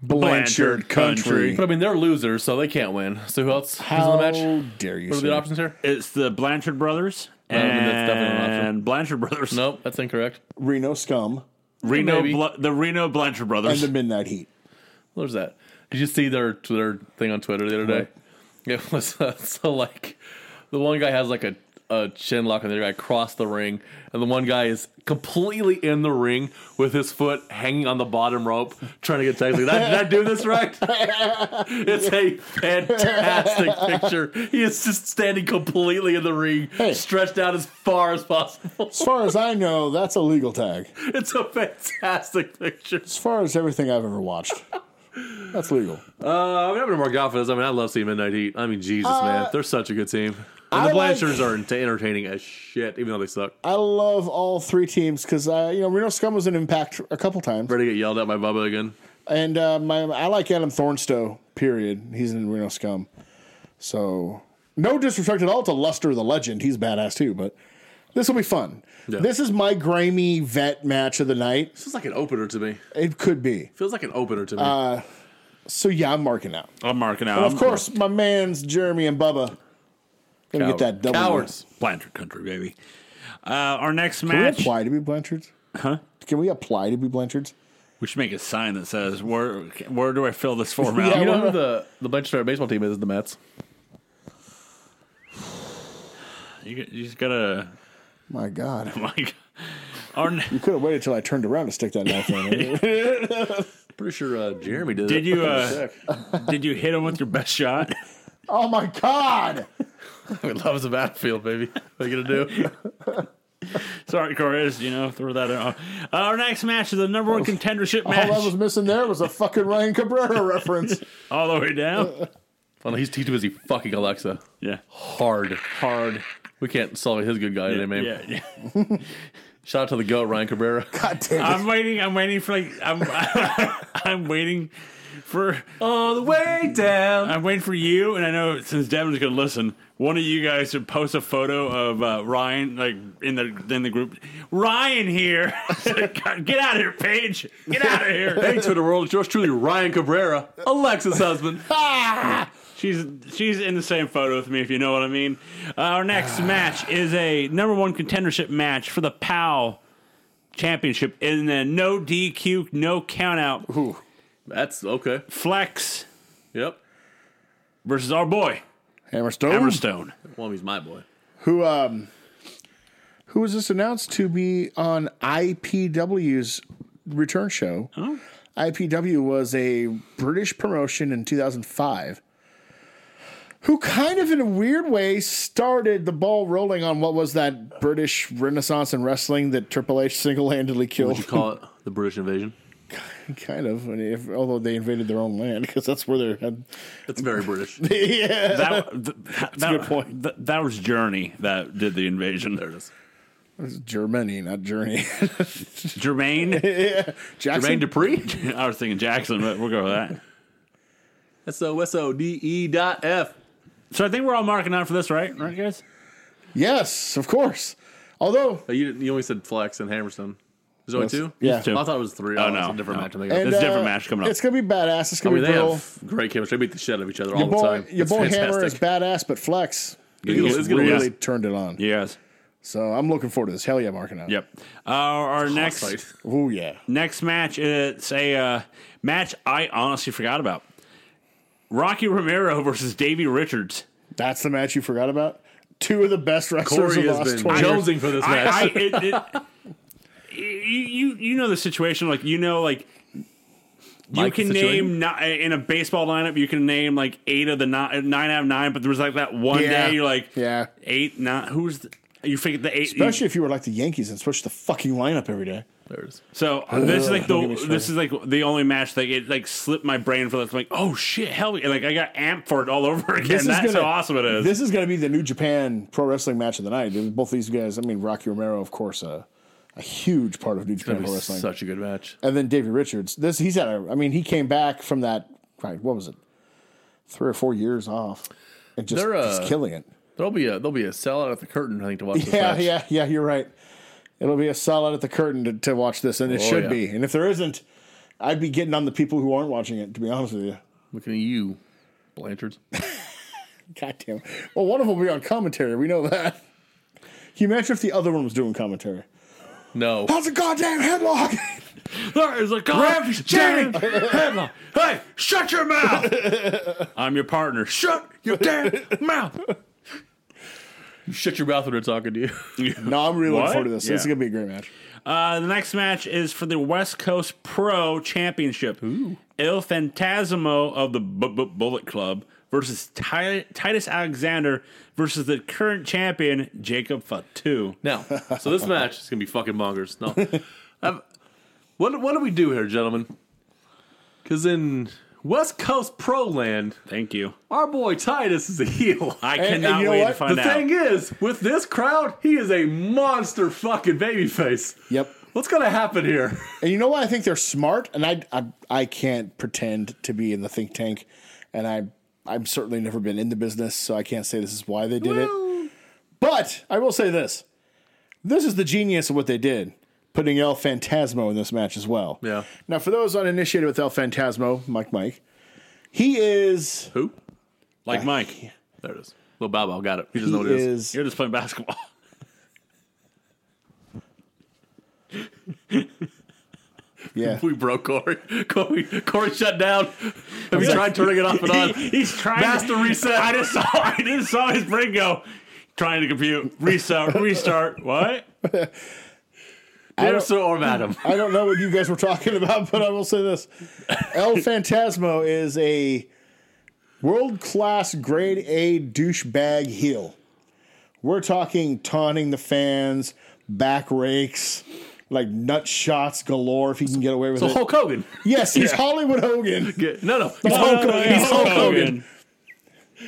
Blanchard, Blanchard country. But I mean, they're losers, so they can't win. So who else How is in the match? dare you? What are sir. the options here? it's the Blanchard brothers don't think that's definitely an option. and Blanchard brothers. Nope, that's incorrect. Reno Scum Reno Maybe. Bla- the Reno Blanchard and brothers. the Midnight Heat. Where's that? Did you see their their thing on Twitter the other day? It was uh, so like the one guy has like a a chin lock on the other guy across the ring, and the one guy is completely in the ring with his foot hanging on the bottom rope, trying to get tagged. Did, I- did I do this right? it's a fantastic picture. He is just standing completely in the ring, Hey. stretched out as far as possible. As far as I know, that's a legal tag. It's a fantastic picture. As far as everything I've ever watched, that's legal. Uh, I'm having more confidence. I mean, I love seeing Midnight Heat. I mean, Jesus, man, they're such a good team. And Uh, I the like- Blanchards are ent- entertaining as shit, even though they suck. I love all three teams because I, you know, Reno Scum was an impact a couple times, Ready to get yelled at by Bubba again. and uh, my I like Adam Thornstow. Period. He's in Reno Scum, so no disrespect at all to Luster the Legend. He's badass too, but this will be fun. Yeah. This is my grimy vet match of the night. This is like an opener to me. It could be. Feels like an opener to me. Uh, So yeah, I'm marking out. I'm marking out. of course, my man's Jeremy and Bubba. Gonna get that double. Cowards. Blanchard Country, baby. Uh, our next Can we match. apply to be Blanchards? Huh? Can we apply to be Blanchards? We should make a sign that says, "Where, where do I fill this form out?" You know who the the Blanchard baseball team is? The Mets. You, you just gotta My God. like. Our, ne- You could have waited till I turned around to stick that knife in. Pretty sure uh, Jeremy did. did it. you uh, did you hit him with your best shot? oh my God! we love the battlefield, baby. What are you gonna do? Sorry, Chris. You know, throw that out. Uh, our next match is the number Oh. one contendership All I match, was missing there was a fucking Ryan Cabrera reference. all the way down. well, he's too busy fucking Alexa Yeah, hard, hard. We can't solve his good guy today, man. yeah, yeah. Shout out to the goat Ryan Cabrera. God damn it. I'm waiting. I'm waiting for like. I'm. I'm waiting for. All the way down. I'm waiting for you, and I know since Devin's gonna listen, one of you guys should post a photo of uh, Ryan, like in the in the group. Ryan here, It's like, "God, get out of here, Paige. Get out of here. Hey, Twitter world, it's yours truly, Ryan Cabrera, Alexa's husband. Ah! She's she's in the same photo with me, if you know what I mean. Uh, our next Ah. match is a number one contendership match for the PAL championship in a no DQ, no countout. That's okay. Flex Yep. versus our boy Hammerstone. Hammerstone. Well, he's my boy. Who um who was just announced to be on IPW's return show. IPW was a British promotion in 2005 who kind of in a weird way started the ball rolling on what was that British renaissance in wrestling that Triple H single-handedly Would you killed call it the British invasion? kind of I mean, if, although they invaded their own land because that's where they're had, It's very British. yeah That, th- that, a good point. th- that was Journey that did the invasion. there it is. Germany not Journey Jermaine. Jackson Jermaine Dupree. I was thinking Jackson, but we'll go with that. S O S O D E dot F. So I think we're all marking out for this, right? Right, guys? yes of course although Oh, You, you only said Flex and Hammerstone. There's only Yes. two? Yeah. Two. I thought it was three. Oh, it's no, a different no. match. I think. And, uh, There's a different match coming up. It's gonna be badass. It's I gonna mean, be they brutal. have great chemistry. They beat the shit out of each other all Your the boy, time. your It's boy fantastic. Hammer is badass, but Flex It's has gonna be really awesome. turned it on. Yes. So I'm looking forward to this. Hell yeah, marking out. Yep. Uh, our next Fight. Oh yeah. next match is a uh, match I honestly forgot about. Rocky Romero versus Davey Richards. That's the match you forgot about. Two of the best wrestlers Corey of the has last been 20 years. jonesing for this I, match. I, it, it, you, you you know the situation, like you know, like you Like the can name situation? ni- in a baseball lineup, you can name like eight of the nine, nine out of nine, but there was like that one Yeah. day you're like, Yeah. eight, nine, who's the, you figured the eight, Especially if you were like the Yankees and switched the fucking lineup every day. there it is. So this is like don't get me the this is like the only match that it like slipped my brain for like, like oh shit hell yeah. like I got amped for it all over again. is That's gonna- how awesome it is. This is going to be the New Japan Pro Wrestling match of the night. Both these guys. I mean, Rocky Romero, of course, uh, a huge part of New Japan It Pro was Wrestling. such a good match. And then Davey Richards. This he's had a. I mean, he came back from that. Right, what was it? Three or four years off, and just, They're, uh, just killing it. There'll be a there'll be a sellout at the curtain. I think to watch this Yeah, match. yeah, yeah. You're right. It'll be a solid at the curtain to, to watch this, and it Oh, should yeah. be. And if there isn't, I'd be getting on the people who aren't watching it. To be honest with you, Looking at you, Blanchards. goddamn. Well, one of them will be on commentary. We know that. Can you imagine if the other one was doing commentary? No. That's a goddamn headlock. there is a Rev Jam! headlock. Hey, shut your mouth. I'm your partner. Shut your damn mouth. You shut your mouth when they're talking to you. No, I'm really What? looking forward to this. This is Yeah. gonna be a great match. Uh, the next match is for the West Coast Pro Championship. El Fantasmo of the B- B- Bullet Club versus Ty- Titus Alexander versus the current champion Jacob Fatu. Now, so this match is gonna be fucking mongers. No, I've- what what do we do here, gentlemen? Because in West Coast Pro Land, Thank you. our boy Titus is a heel. I and cannot you know wait to what? find the out. thing is, with this crowd, he is a monster fucking babyface. Yep. What's gonna happen here? And you know what? I think they're smart, and I I, I can't pretend to be in the think tank, and I I've certainly never been in the business, so I can't say this is why they did it. But I will say this: this is the genius of what they did, putting El Fantasmo in this match as well. Yeah. Now, for those uninitiated with El Fantasmo, Mike, Mike, he is Who? like Mike, There it is. Little Bow Wow got it. He he doesn't know what it is. is you're just playing basketball. yeah. We broke Corey. Corey, Corey shut down. Have you tried turning it off and He- on? he's trying Master reset. I just saw. I just saw his brain go. Trying to compute, reset, restart. What? Dear sir or madam. I don't know what you guys were talking about, but I will say this: El Fantasmo is a world class, grade A douchebag heel. We're talking taunting the fans, back rakes, like nut shots galore if he can get away with So it. Hulk Hogan. yes, he's Hollywood Hogan. Yeah, No, no. He's, No, Hulk, no, no, Hogan. he's no, Hulk no. Hogan.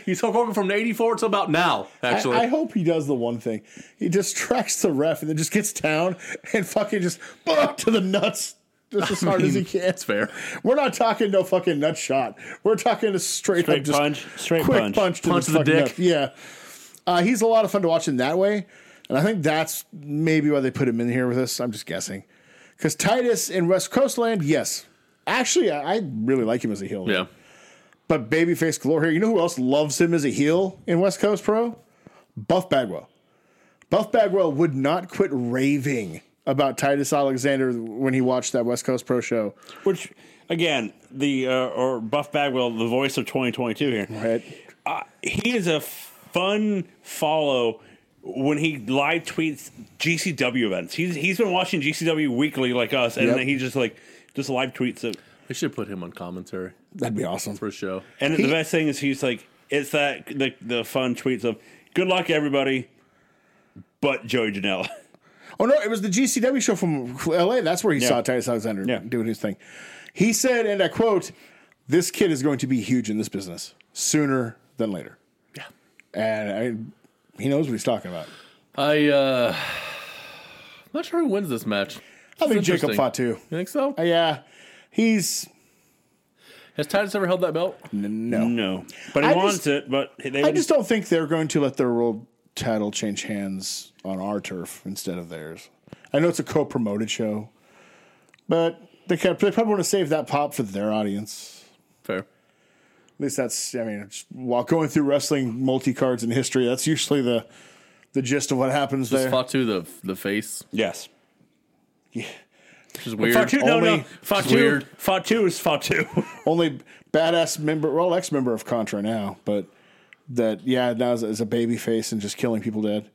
He's Hulk Hogan from 84 until about now, actually. I, I hope he does the one thing. He distracts the ref and then just gets down and fucking just buck to the nuts just as hard as he can. That's fair. We're not talking no fucking nut shot. We're talking a straight, Straight up just punch, straight quick punch. punch, to Punch to the, the fucking dick. nut. Yeah, uh, he's a lot of fun to watch in that way, and I think that's maybe why they put him in here with us. I'm just guessing because Titus in West Coastland, yes, actually, I, I really like him as a heel. Yeah. But babyface galore here. You know who else loves him as a heel in West Coast Pro? Buff Bagwell. Buff Bagwell would not quit raving about Titus Alexander when he watched that West Coast Pro show. Which, again, the uh, or Buff Bagwell, the voice of 2022 here. Right. uh, he is a fun follow when he live tweets GCW events. He's he's been watching GCW weekly like us, and Yep. then he just like just live tweets it. They should put him on commentary That'd be awesome. for a show. And the best thing is he's like it's that the the fun tweets of good luck everybody, but Joey Janela. Oh no, it was the GCW show from LA. That's where he saw Titus Alexander Yeah. doing his thing. He said, and I quote, "This kid is going to be huge in this business sooner than later." Yeah, and I, he knows what he's talking about. I, uh, I'm not sure who wins this match. I think Jacob interesting. Fatu. You think so? Yeah, he's Has Titus ever held that belt? no. No, but he I wants just- it. But they I would- just don't think they're going to let their world title change hands on our turf instead of theirs. I know it's a co-promoted show, but they, kept, they probably want to save that pop for their audience. Fair. At least that's, I mean, just while going through wrestling multi cards in history, that's usually the the gist of what happens Just there. Fatu the the face, yes. which is weird. Fatu, no, Only- no. it's Fatu, weird. Fatu is Fatu. Only badass member, well, ex member of Contra now, but that, yeah, now is, is a baby face and just killing people dead.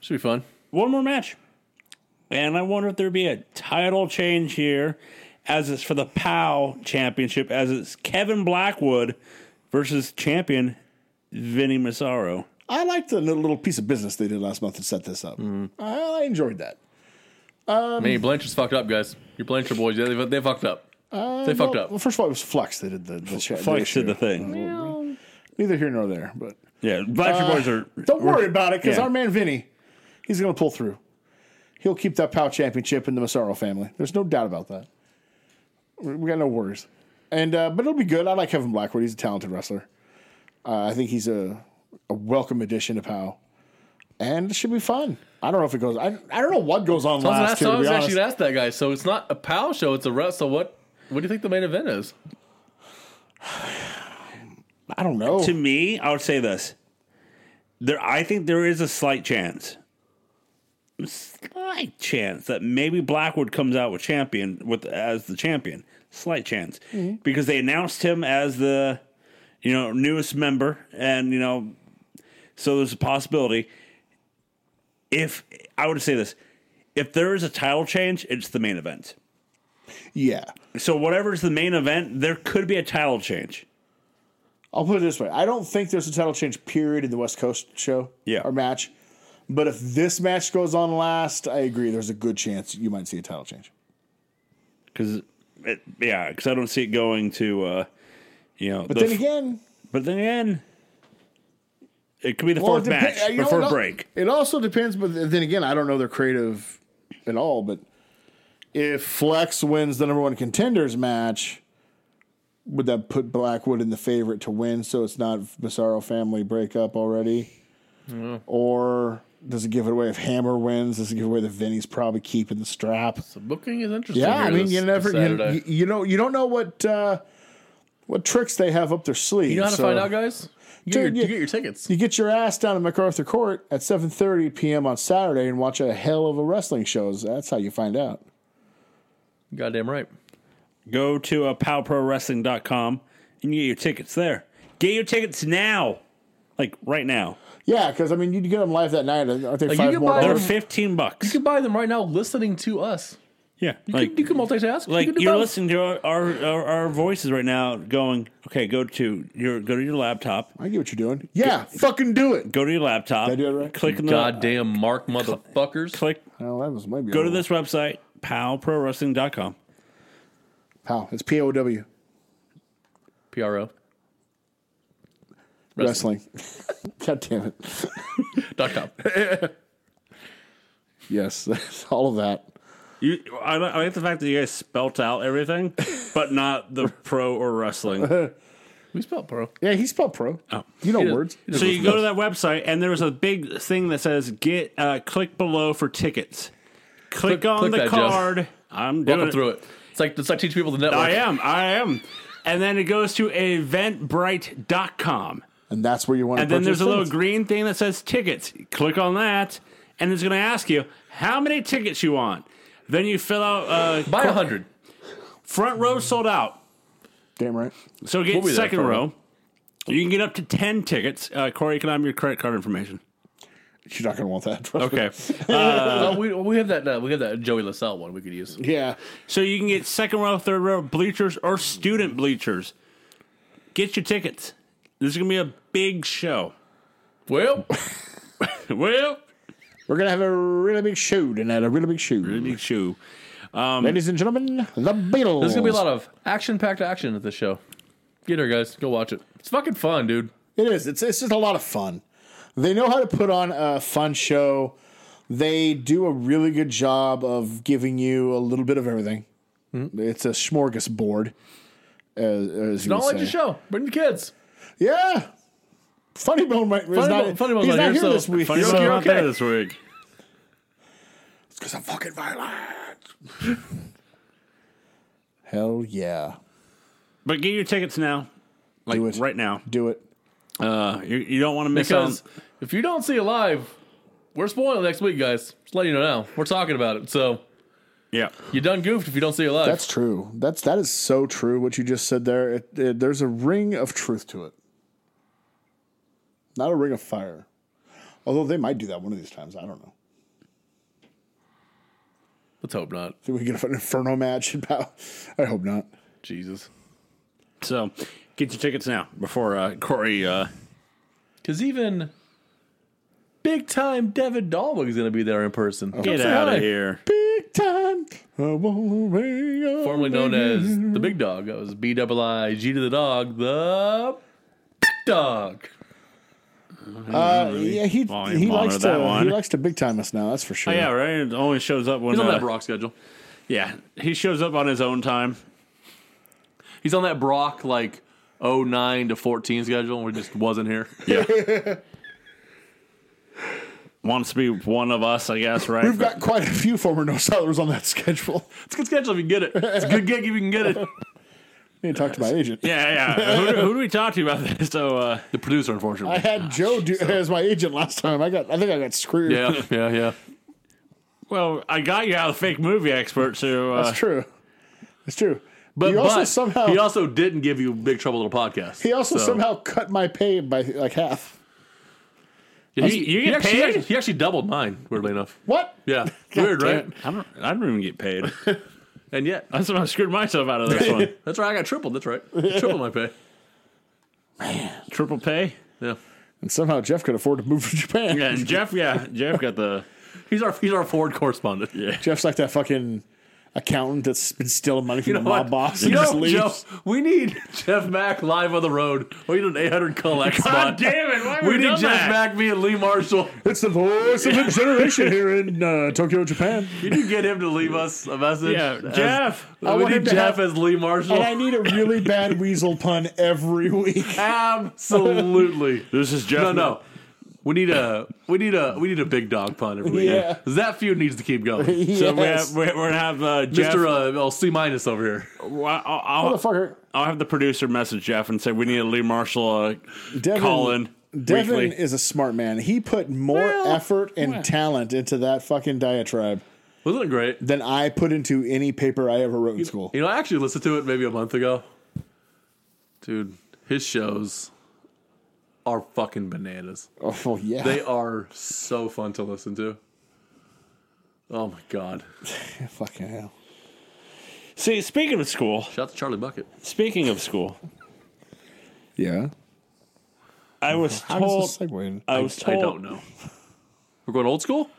Should be fun. one more match. And I wonder if there'd be a title change here as it's for the POW championship, as it's Kevin Blackwood versus champion Vinny Massaro. I liked the little, little piece of business they did last month to set this up. I, I enjoyed that. I mean, Blanchard's fucked up, guys. Your Blanchard boys, yeah, they, they fucked up. they fucked Uh, well, up. Well, first of all, it was Flex that did the, the, cha- the Flex did issue. Mm. the thing. Neither here nor there, but Yeah, Blackwood Boys are. Uh, Don't worry about it because yeah. our man Vinny, he's going to pull through. He'll keep that POW championship in the Massaro family. There's no doubt about that. We we got no worries. And uh, but it'll be good. I like Kevin Blackwood. He's a talented wrestler. Uh, I think he's a, a welcome addition to POW, and it should be fun. I don't know if it goes. I, I don't know what goes on I was, gonna last ask, year. I To was be actually honest. gonna ask that guy. So it's not a POW show; it's a wrestle. What? What do you think the main event is? I don't know. To me, I would say this. There, I think there is a slight chance, slight chance that maybe Blackwood comes out with champion with as the champion. Slight chance because they announced him as the, you know, newest member, and you know, So there's a possibility. If I would say this, if there is a title change, it's the main event. Yeah. So whatever's the main event, there could be a title change. I'll put it this way: I don't think there's a title change period in the West Coast show Yeah. or match. But if this match goes on last, I agree. There's a good chance you might see a title change. Because it, yeah, because I don't see it going to uh, you know. But the then f- again, but then again, it could be the well, fourth it depen- uh, match you know, before it al- break. It also depends. But then again, I don't know their creative at all. But if Flex wins the number one contenders match, would that put Blackwood in the favorite to win? So it's not Bizarro family breakup already, or does it give it away if Hammer wins? Does it give away that Vinny's probably keeping the strap? The booking is interesting. Yeah, here I mean, this- you this never, Saturday. you, you know, you don't know what uh, what tricks they have up their sleeve. You know how to so- find out, guys? You get, your, Dude, you you- get your tickets. You get your ass down to MacArthur Court at 7:30 p.m. on Saturday and watch a hell of a wrestling shows. That's how you find out. Goddamn right. Go to uh, powprowrestling.com and you get your tickets there. Get your tickets now, like right now. Yeah, because I mean, you get them live that night. Aren't they Like, you five can more? buy They're Um, dollars? fifteen bucks. You can buy them right now listening to us. yeah, You, like can, you can multitask. like you can do you're both. listening to our, our, our our voices right now. Going okay, go to your go to your laptop. I get what you're doing. Yeah, fucking do it. Go to your laptop. Did I do it right? Click on the Goddamn Mark motherfuckers. click. Well, that was maybe Go to this website powprowrestling.com. How it's P O W PRO. wrestling. God damn it. Dot com. Yes, all of that. You, I, li- I like the fact that you guys spelt out everything, but not the pro or wrestling. We spelled pro. Yeah, he spelled pro. You know words. So you go to that website, and there's a big thing that says "Get uh, click below for tickets." Click, Click- on click the that, Jeff. card. I'm doing Welcome it. through it. It's like it's like teaching people the network. I am. I am. And then it goes to eventbrite.com. And that's where you want to And then there's purchase a little things. green thing that says tickets. Click on that, and it's going to ask you how many tickets you want. Then you fill out uh, Buy a hundred. front row sold out. Damn right. So get be there second for a row. You can get up to 10 tickets. Uh, Corey, can I have your credit card information? You're not going to want that. trust me. Okay. Uh, we, we have that. Uh, we have that Joey LaSalle one we could use. Yeah. so you can get second row, third row bleachers or student bleachers. Get your tickets. This is going to be a big show. Well, Well, We're going to have a really big show tonight. A really big show. big show. Ladies and gentlemen, the Beatles. there's gonna be a lot of action-packed action at this show. Get her, guys. Go watch it. It's fucking fun, dude. It is. It's it's just a lot of fun. They know how to put on a fun show. They do a really good job of giving you a little bit of everything. It's a smorgasbord. As, as you Not would like say. the show. Bring the kids. Yeah. Funny Bone might, is Funny not, Bone- Funny Bone's he's not not here, here, so- this week. Funny You're so okay, not there okay. this week. It's because I'm fucking violent. Hell yeah. But get your tickets now. Like Do it. right now. Do it. Uh, you, you don't want to miss Because out. if you don't see it live, we're spoiled next week, guys. Just letting you know now. We're talking about it. So Yeah. you done goofed if you don't see it live. That's true. That's that is so true. What you just said there, it, it, there's a ring of truth to it. Not a ring of fire, although they might do that one of these times. I don't know. Let's hope not. Think we get an inferno match? I hope not. Jesus. So get your tickets now before uh, Corey. Uh, Because even big time Devin Dahlberg's going to be there in person. get Say out hi. of here. Big time. I want a ring of- Formerly known as the Big Dog. That was B double I G to the dog. The Big Dog. Uh, yeah, he Volume he longer likes that to one. Oh, he likes to big time us now. That's for sure. Yeah, right. It only shows up when. He's on uh, that Brock schedule. yeah, he shows up on his own time. He's on that Brock like 09 to 14 schedule where he just wasn't here. Yeah. Wants to be one of us, I guess. Right. We've got quite a few former no sellers on that schedule. It's a good schedule if you can get it. It's a good gig if you can get it. need to talk to my agent. yeah, yeah. Who, do- who do we talk to about this? So uh, The producer, I unfortunately. had Joe do, as my agent last time. I got I think I got screwed. Yeah, yeah, yeah. Well, I got you out of the fake movie expert, so uh, That's true. That's true. But, But he also but somehow he he, also didn't give you Big Trouble Little Podcast. also so- somehow cut my pay by like half. Yeah, You- you get actually, paid? He actually, he actually doubled mine, weirdly enough. What? Yeah. Weird, right? I don't, I don't even get paid. And yet, That's what I screwed myself out of this one. that's right. I got tripled. That's right. Triple my pay. Triple pay. Yeah. And somehow Jeff could afford to move to Japan. Yeah, and Jeff. Yeah, Jeff got the. He's our he's our forward correspondent. Yeah. Jeff's like that fucking accountant that's been stealing money from You know the mob what? boss You and just know, leaves. Jeff, we need Jeff Mack live on the road. We need an 800 collect God spot. damn it! Why have we we, need done Jeff that? Mack, me, and Lee Marshall. It's the voice of a generation here in uh, Tokyo, Japan. Can you get him to leave us a message? Yeah, As- Jeff. I we want need him to Jeff have- as Lee Marshall. And I need a really bad weasel pun every week. Absolutely. This is Jeff. no, no. We need a we need a we need a big dog pun every week. Yeah. That feud needs to keep going. So we Yes. have, we're, we're gonna have uh, Jeff. Mr. Uh, well, C minus over here. Well, I'll, I'll, Motherfucker. I'll have the producer message Jeff and say we need a Lee Marshall uh, Devin, call in Devin weekly. is a smart man. He put more Well, effort and talent into that fucking diatribe Wasn't it great? than I put into any paper I ever wrote in school. You know, I actually listened to it maybe a month ago. Dude, his shows are fucking bananas. Oh, yeah. They are so fun to listen to. Oh my god. fucking hell. See, speaking of school, Shout out to Charlie Bucket. speaking of school, Yeah. Oh, I was How told. does this segue in? I was told I don't know. We're going old school?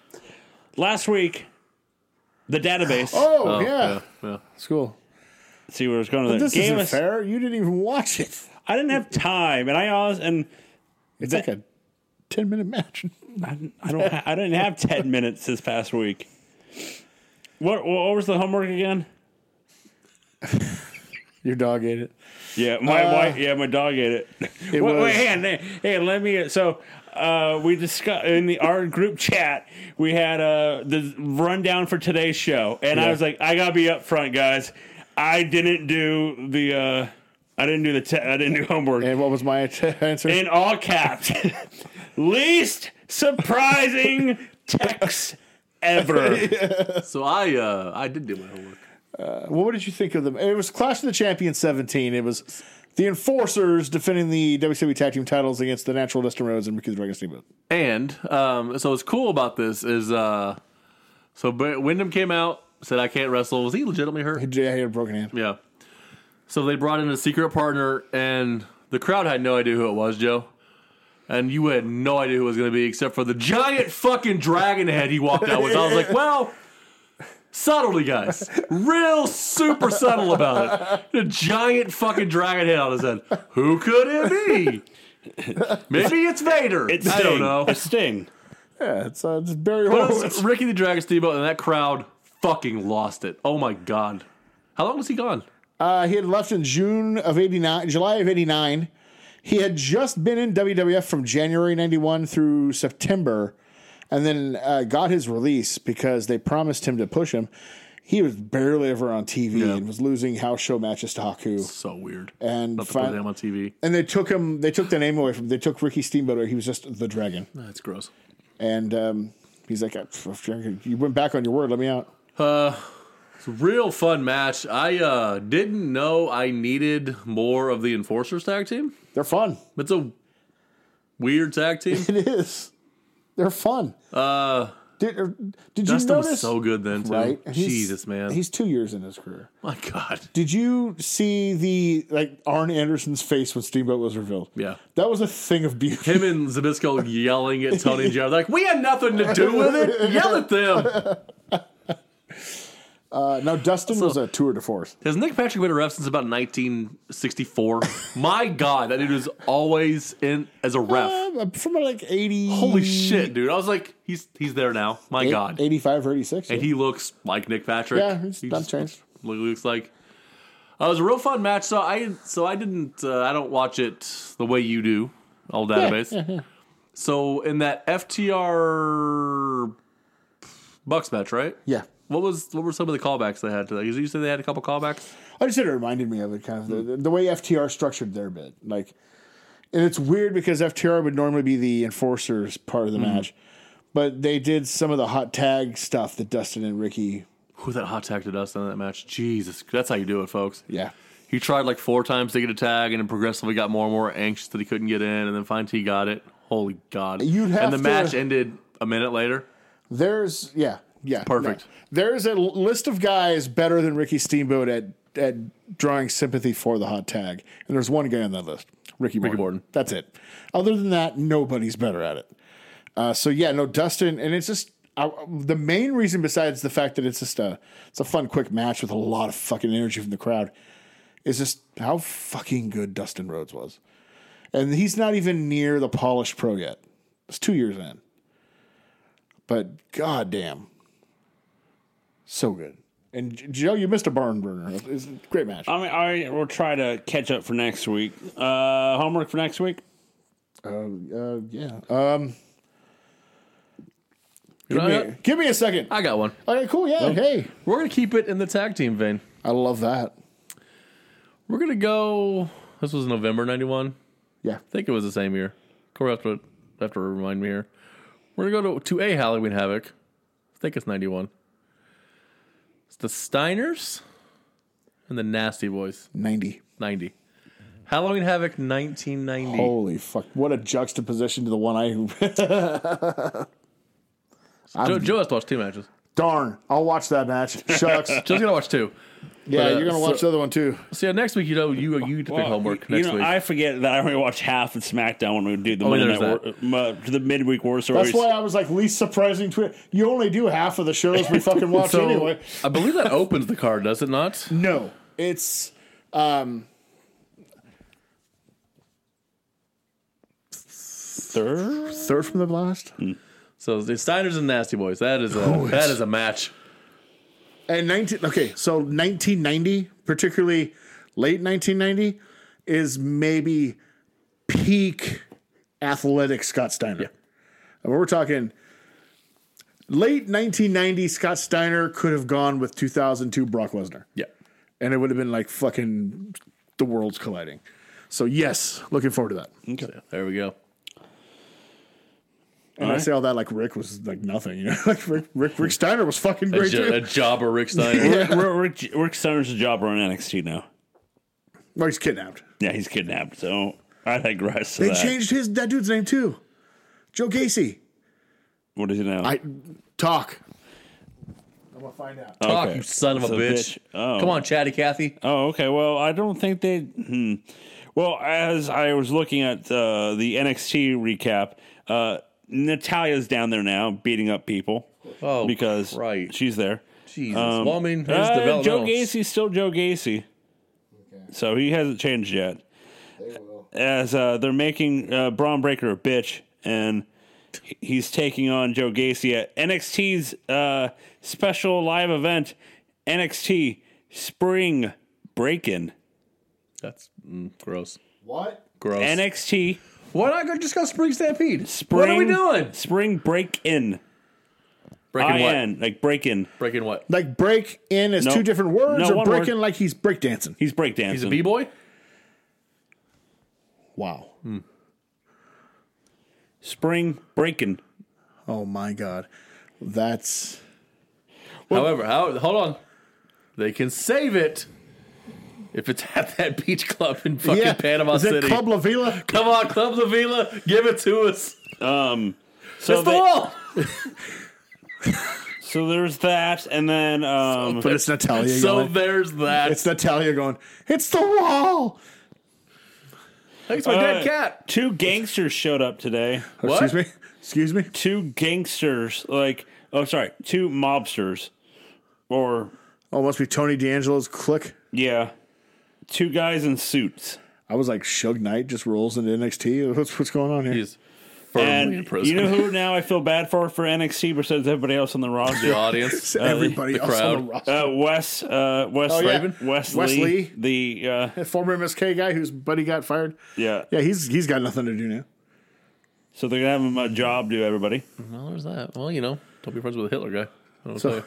last week. The database. Oh, yeah. yeah. yeah. School. See where it's going. To the This game isn't fair. You didn't even watch it. I didn't have time, and I always and It's like a 10 minute match. I, I don't. Ha- I didn't have ten minutes this past week. What, what was the homework again? Your dog ate it. Yeah, my Uh, wife. Yeah, my dog ate it. wait, It was, wait, hang on, hey, hey, let me. So uh, we discussed in the our group chat. We had uh, the rundown for today's show, and I Yeah. was like, I gotta be upfront, guys. I didn't do the. Uh, I didn't do the. Te- I didn't do homework And what was my answer? in all caps. Least surprising text ever. So I uh I did do my homework. what did you think of them? It was Clash of the Champions 17. It was the Enforcers defending the WCW Tag Team titles against the Natural Dustin Rhodes and Ricky the Dragon Steamboat. And um, so what's cool about this is uh, so Bre- Wyndham came out said I can't wrestle. Was he legitimately hurt? Yeah, he had a broken hand. Yeah. So they brought in a secret partner, and the crowd had no idea who it was, Joe. And you had no idea who it was going to be, except for the giant fucking dragon head he walked out with. I was like, well, subtlety, guys. Real super subtle about it. The giant fucking dragon head on his head. Who could it be? Maybe it's Vader. It's I don't Sting. know. It's Sting. Yeah, it's, uh, it's Barry But Horowitz. it's Ricky the Dragon Steamboat, and that crowd fucking lost it. Oh my god. How long was he gone? Uh, he had left in June of 89, July of 89. He had just been in WWF from January 91 through September and then uh, got his release because they promised him to push him. He was barely ever on TV and was losing house show matches to Haku. So weird. And Not to fin- put them on TV. and they took him, they took the name away from, they took Ricky Steamboat, away. he was just the dragon. That's gross. And um, he's like, you went back on your word, let me out. It's a real fun match. I uh, didn't know I needed more of the Enforcers tag team. They're fun. It's a weird tag team. It is. They're fun. Uh, did er, did you Dustin notice? was so good then, too. right? He's- Jesus, man. He's two years in his career. My God. Did you see the like Arn Anderson's face when Steamboat was revealed? Yeah. that was a thing of beauty. Him and Zabisco yelling at Tony and Jared. Like, we had nothing to do with it. Yell at them. Uh, now Dustin was a tour de force. Has Nick Patrick been a ref since about 1964? My God, that dude is always in as a ref. Um, from like eighty. Holy shit, dude. I was like, he's he's there now. My eight- God. eighty-five or eighty-six. And he looks like Nick Patrick. yeah, he's He not just changed. look- looks like. Uh, it was a real fun match. So I so I didn't uh, I don't watch it the way you do, all database. So in that FTR Bucks match, right? Yeah, What was what were some of the callbacks they had today? Because you said they had a couple callbacks. I just said it reminded me of it, kind of the- the, the way FTR structured their bit. Like, and it's weird because FTR would normally be the enforcers part of the Mm-hmm. match, but they did some of the hot tag stuff that Dustin and Ricky. Who that hot tag to Dustin in that match? Jesus, that's how you do it, folks. Yeah, He tried like four times to get a tag, and then progressively got more and more anxious that he couldn't get in, and then finally he got it. Holy God! You'd and have the to- match ended a minute later. There's yeah, yeah. Perfect. no. There's a l- list of guys better than Ricky Steamboat at at drawing sympathy for the hot tag, and there's one guy on that list, Ricky Morton. Morton. That's it. Other than that, nobody's better at it. Uh, so yeah, no Dustin, and it's just I, the main reason besides the fact that it's just a it's a fun quick match with a lot of fucking energy from the crowd is just how fucking good Dustin Rhodes was, and he's not even near the polished pro yet. It's two years in but goddamn, so good. And J- Joe, you missed a barn burner. It's a great match. Uh, I mean, I will try to catch up for next week. Uh, homework for next week. Uh, yeah. Um, You give, know, me, I, give me a second. I got one. Okay, cool. Yeah. Hey, We're gonna keep it in the tag team vein. I love that. We're gonna go. This was November '91. Yeah. I think it was the same year. Corey have to have to remind me here. We're gonna go to, to a Halloween Havoc. I think it's '91. It's the Steiners and the Nasty Boys. 90. '90. Halloween Havoc 1990. Holy fuck. What a juxtaposition to the one I. Joe, Joe has to watch two matches. Darn. I'll watch that match. Shucks. Joe's gonna watch two. yeah, But, uh, you're going to watch so- the other one too. So yeah, next week you know you you get to pick homework you next know, week. Oh, I forget that I only watch half of SmackDown when we do the Monday there's night war, uh, the midweek war stories. That's why I was like, least surprising twist. You only do half of the shows we fucking watch so anyway. I believe that opens the card, does it not? No, it's um Third? third from the last, So the Steiners and Nasty Boys. That is a that is a match. and nineteen. Okay, so nineteen ninety, particularly late nineteen ninety, is maybe peak athletic Scott Steiner. I mean, we're talking late nineteen ninety. Scott Steiner could have gone with two thousand two Brock Lesnar, Yeah. and it would have been like fucking the worlds colliding. So yes, looking forward to that. So, yeah, there we go. And I say all that like Rick was like nothing, you know. Like Rick, Rick, Rick Steiner was fucking A, great jo- a too. jobber Rick Steiner. Rick, Rick, Rick, Rick Steiner's a jobber on NXT now. Well, he's kidnapped. Yeah, he's kidnapped. So I digress. To They that. changed his that dude's name too. Joe Gacy. What is it now? I talk. I'm gonna find out. Talk, Okay. Oh, you son of a So bitch. bitch. Oh. Come on, Chatty Cathy. Oh, okay. Well, I don't think they. Hmm. Well, as I was looking at uh, the NXT recap, uh, Natalia's down there now beating up people. Oh, because right. she's there. Jesus. well, I mean, his Uh, Joe developmental- Gacy's still Joe Gacy, so he hasn't changed yet. As uh, they're making uh, Braun Breaker a bitch, and he- he's taking on Joe Gacy at NXT's uh, special live event, NXT Spring Breakin. That's mm, gross. What? Gross. NXT Why not go just go Spring Stampede? Spring. What are we doing? Spring Break In. Breaking I what? N like break in. Breaking what? Like break in is No. two different words, No, or one break word. in like he's breakdancing. He's breakdancing. He's a b boy. Wow. Spring Breakin. Oh my god. That's However, how, hold on. They can save it if it's at that beach club in fucking yeah. Panama is City. it Club La Vila? Come on, Club La Vila, give it to us. Um, so it's the they- wall. So there's that, and then um, But it's Natalia. So yelling. there's that. it's Natalia going. It's the wall. Thanks, my uh, dead cat. two gangsters showed up today. What? Excuse me. Excuse me. Two gangsters, like oh, sorry, two mobsters, or Oh, must be Tony D'Angelo's click. yeah, two guys in suits. I was like, Shug Knight just rolls into NXT. What's what's going on here? He's firmly in And you prison. know who now I feel bad for for NXT besides everybody else on the the roster. audience. Everybody the else on crowd. the roster. Uh, Wes, uh, Wes, Oh, yeah. Raven, Wesley, Wesley. the uh, former MSK guy whose buddy got fired. yeah. Yeah, he's he's got nothing to do now. So they're gonna have him a job do everybody. Well, there's that. Well, you know, don't be friends with a Hitler guy. I don't So- know.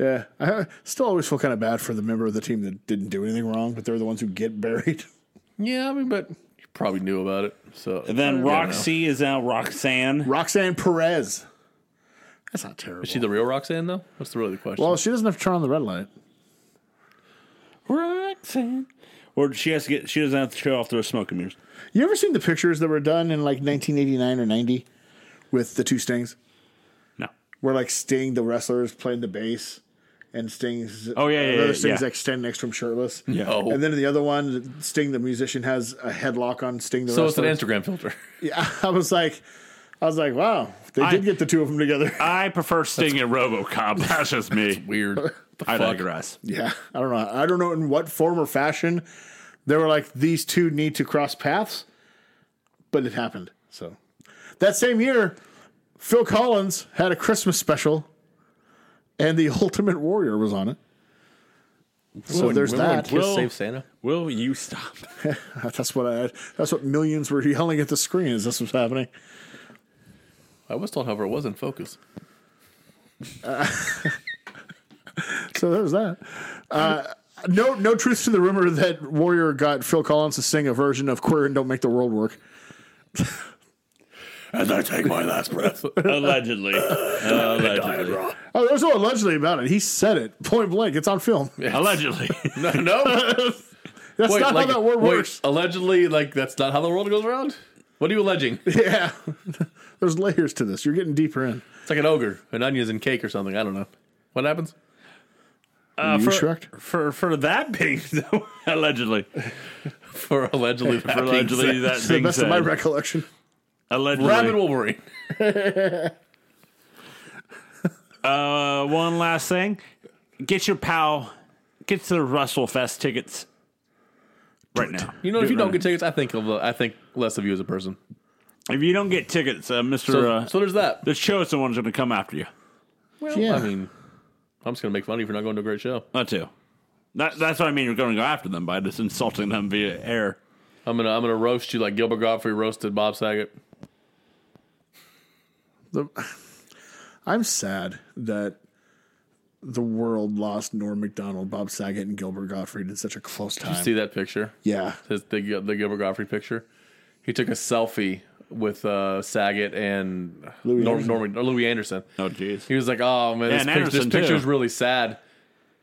Yeah, I still always feel kind of bad for the member of the team that didn't do anything wrong, but they're the ones who get buried. Yeah, I mean, but you probably knew about it. So And then Yeah, Roxy is now Roxanne. Roxanne Perez. That's not terrible. Is she the real Roxanne though? That's the really the question. well, she doesn't have to turn on the red light. Roxanne. or she has to get she doesn't have to show off those smoke and mirrors. You ever seen the pictures that were done in like 1989 or 90 with the two Stings? No. Where like Sting, the wrestler, is playing the bass, and Sting's Oh, yeah, yeah, another yeah, Sting's yeah. like standing next to him shirtless. Yeah. Oh. And then in the other one, Sting the musician has a headlock on Sting the So it's an wrestler. Instagram filter. yeah, I was like, I was like, wow, they I- did get the two of them together. I prefer Sting and RoboCop. That's just me. Weird. I digress. yeah, I don't know. I don't know in what form or fashion they were like these two need to cross paths, but it happened. So that same year, Phil Collins had a Christmas special, and the Ultimate Warrior was on it. So there's that. Kiss Will- Save Santa. Will you stop? That's what I. That's what millions were yelling at the screen. Is this was happening? I was told, however, it was in focus. So there's that. Uh, no, no truth to the rumor that Warrior got Phil Collins to sing a version of "Queer and Don't Make the World Work." As I take my last breath. Allegedly. Allegedly. Oh, there's no allegedly about it. He said it point blank. It's on film. Allegedly. no, no. That's Wait, not like, how that word wait, works. Allegedly, like that's not how the world goes around. What are you alleging? It's Yeah, there's layers to this. You're getting deeper in. like an ogre, an onions and cake or something. I don't know. What happens? Uh, you for, shocked? for for that being so, allegedly, For allegedly, for allegedly that To the being best said, of my recollection. allegedly. Rabbit Wolverine. Uh, one last thing, get your pal, get to the Russell Fest tickets right now. You know, if you don't get tickets, I think of, I think less of you as a person. If you don't get tickets, uh, Mister, So, uh, so there's that. the chosen one's going to come after you. Well, yeah. I mean, I'm just gonna make fun of you for not going to a great show. That too. That, that's what I mean. You're going to go after them by just insulting them via air. I'm gonna I'm gonna roast you like Gilbert Godfrey roasted Bob Saget. The, I'm sad that the world lost Norm Macdonald, Bob Saget, and Gilbert Gottfried in such a close time. See that picture? yeah, His, the Gil- the Gilbert Godfrey picture. He took a selfie with uh, Saget and Louis Norm, Anderson. Norman, or Louis Anderson. Oh, jeez. He was like, "Oh man, this, and pic- this Anderson, too. picture's really sad."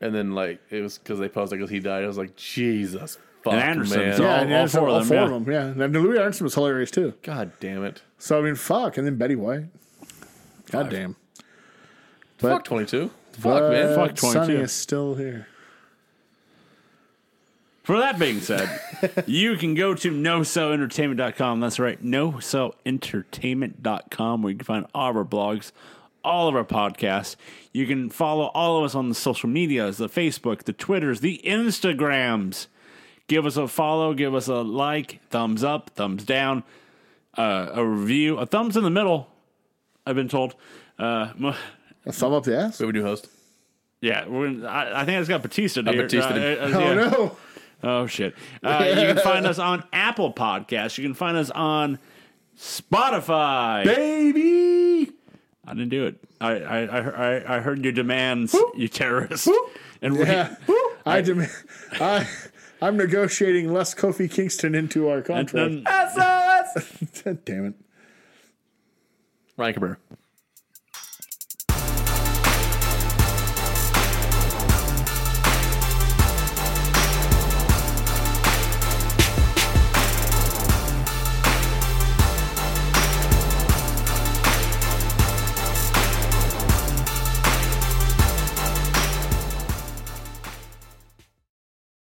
And then like it was because they posted because he died. I was like, "Jesus fuck, Anderson, man! so- yeah, all- and all Anderson- four of all them, four yeah. of them. Yeah, and Louis Anderson was hilarious too. God damn it! So I mean, fuck, and then Betty White. God damn. But- fuck twenty two. Fuck man! Fuck. But Fuck 22. Sonny is still here. For that being said, you can go to nosoentertainment.com. That's right, nosoentertainment.com, where you can find all of our blogs, all of our podcasts. You can follow all of us on the social medias the Facebook, the Twitters, the Instagrams. Give us a follow, give us a like, thumbs up, thumbs down, uh, a review, a thumbs in the middle, I've been told. Uh, mo- A thumb up the ass. We have a new host. yeah, we're gonna, I, I think it's got Batista. I here. Batista'd him. Uh, uh, Oh yeah. no. Oh shit! Uh, you can find us on Apple Podcasts. You can find us on Spotify. Baby. I didn't do it. I I I, I- I heard your demands, you terrorist. And we, Yeah. I demand. I. I'm negotiating less Kofi Kingston into our and contract. then Damn it. Ryan Cabrera.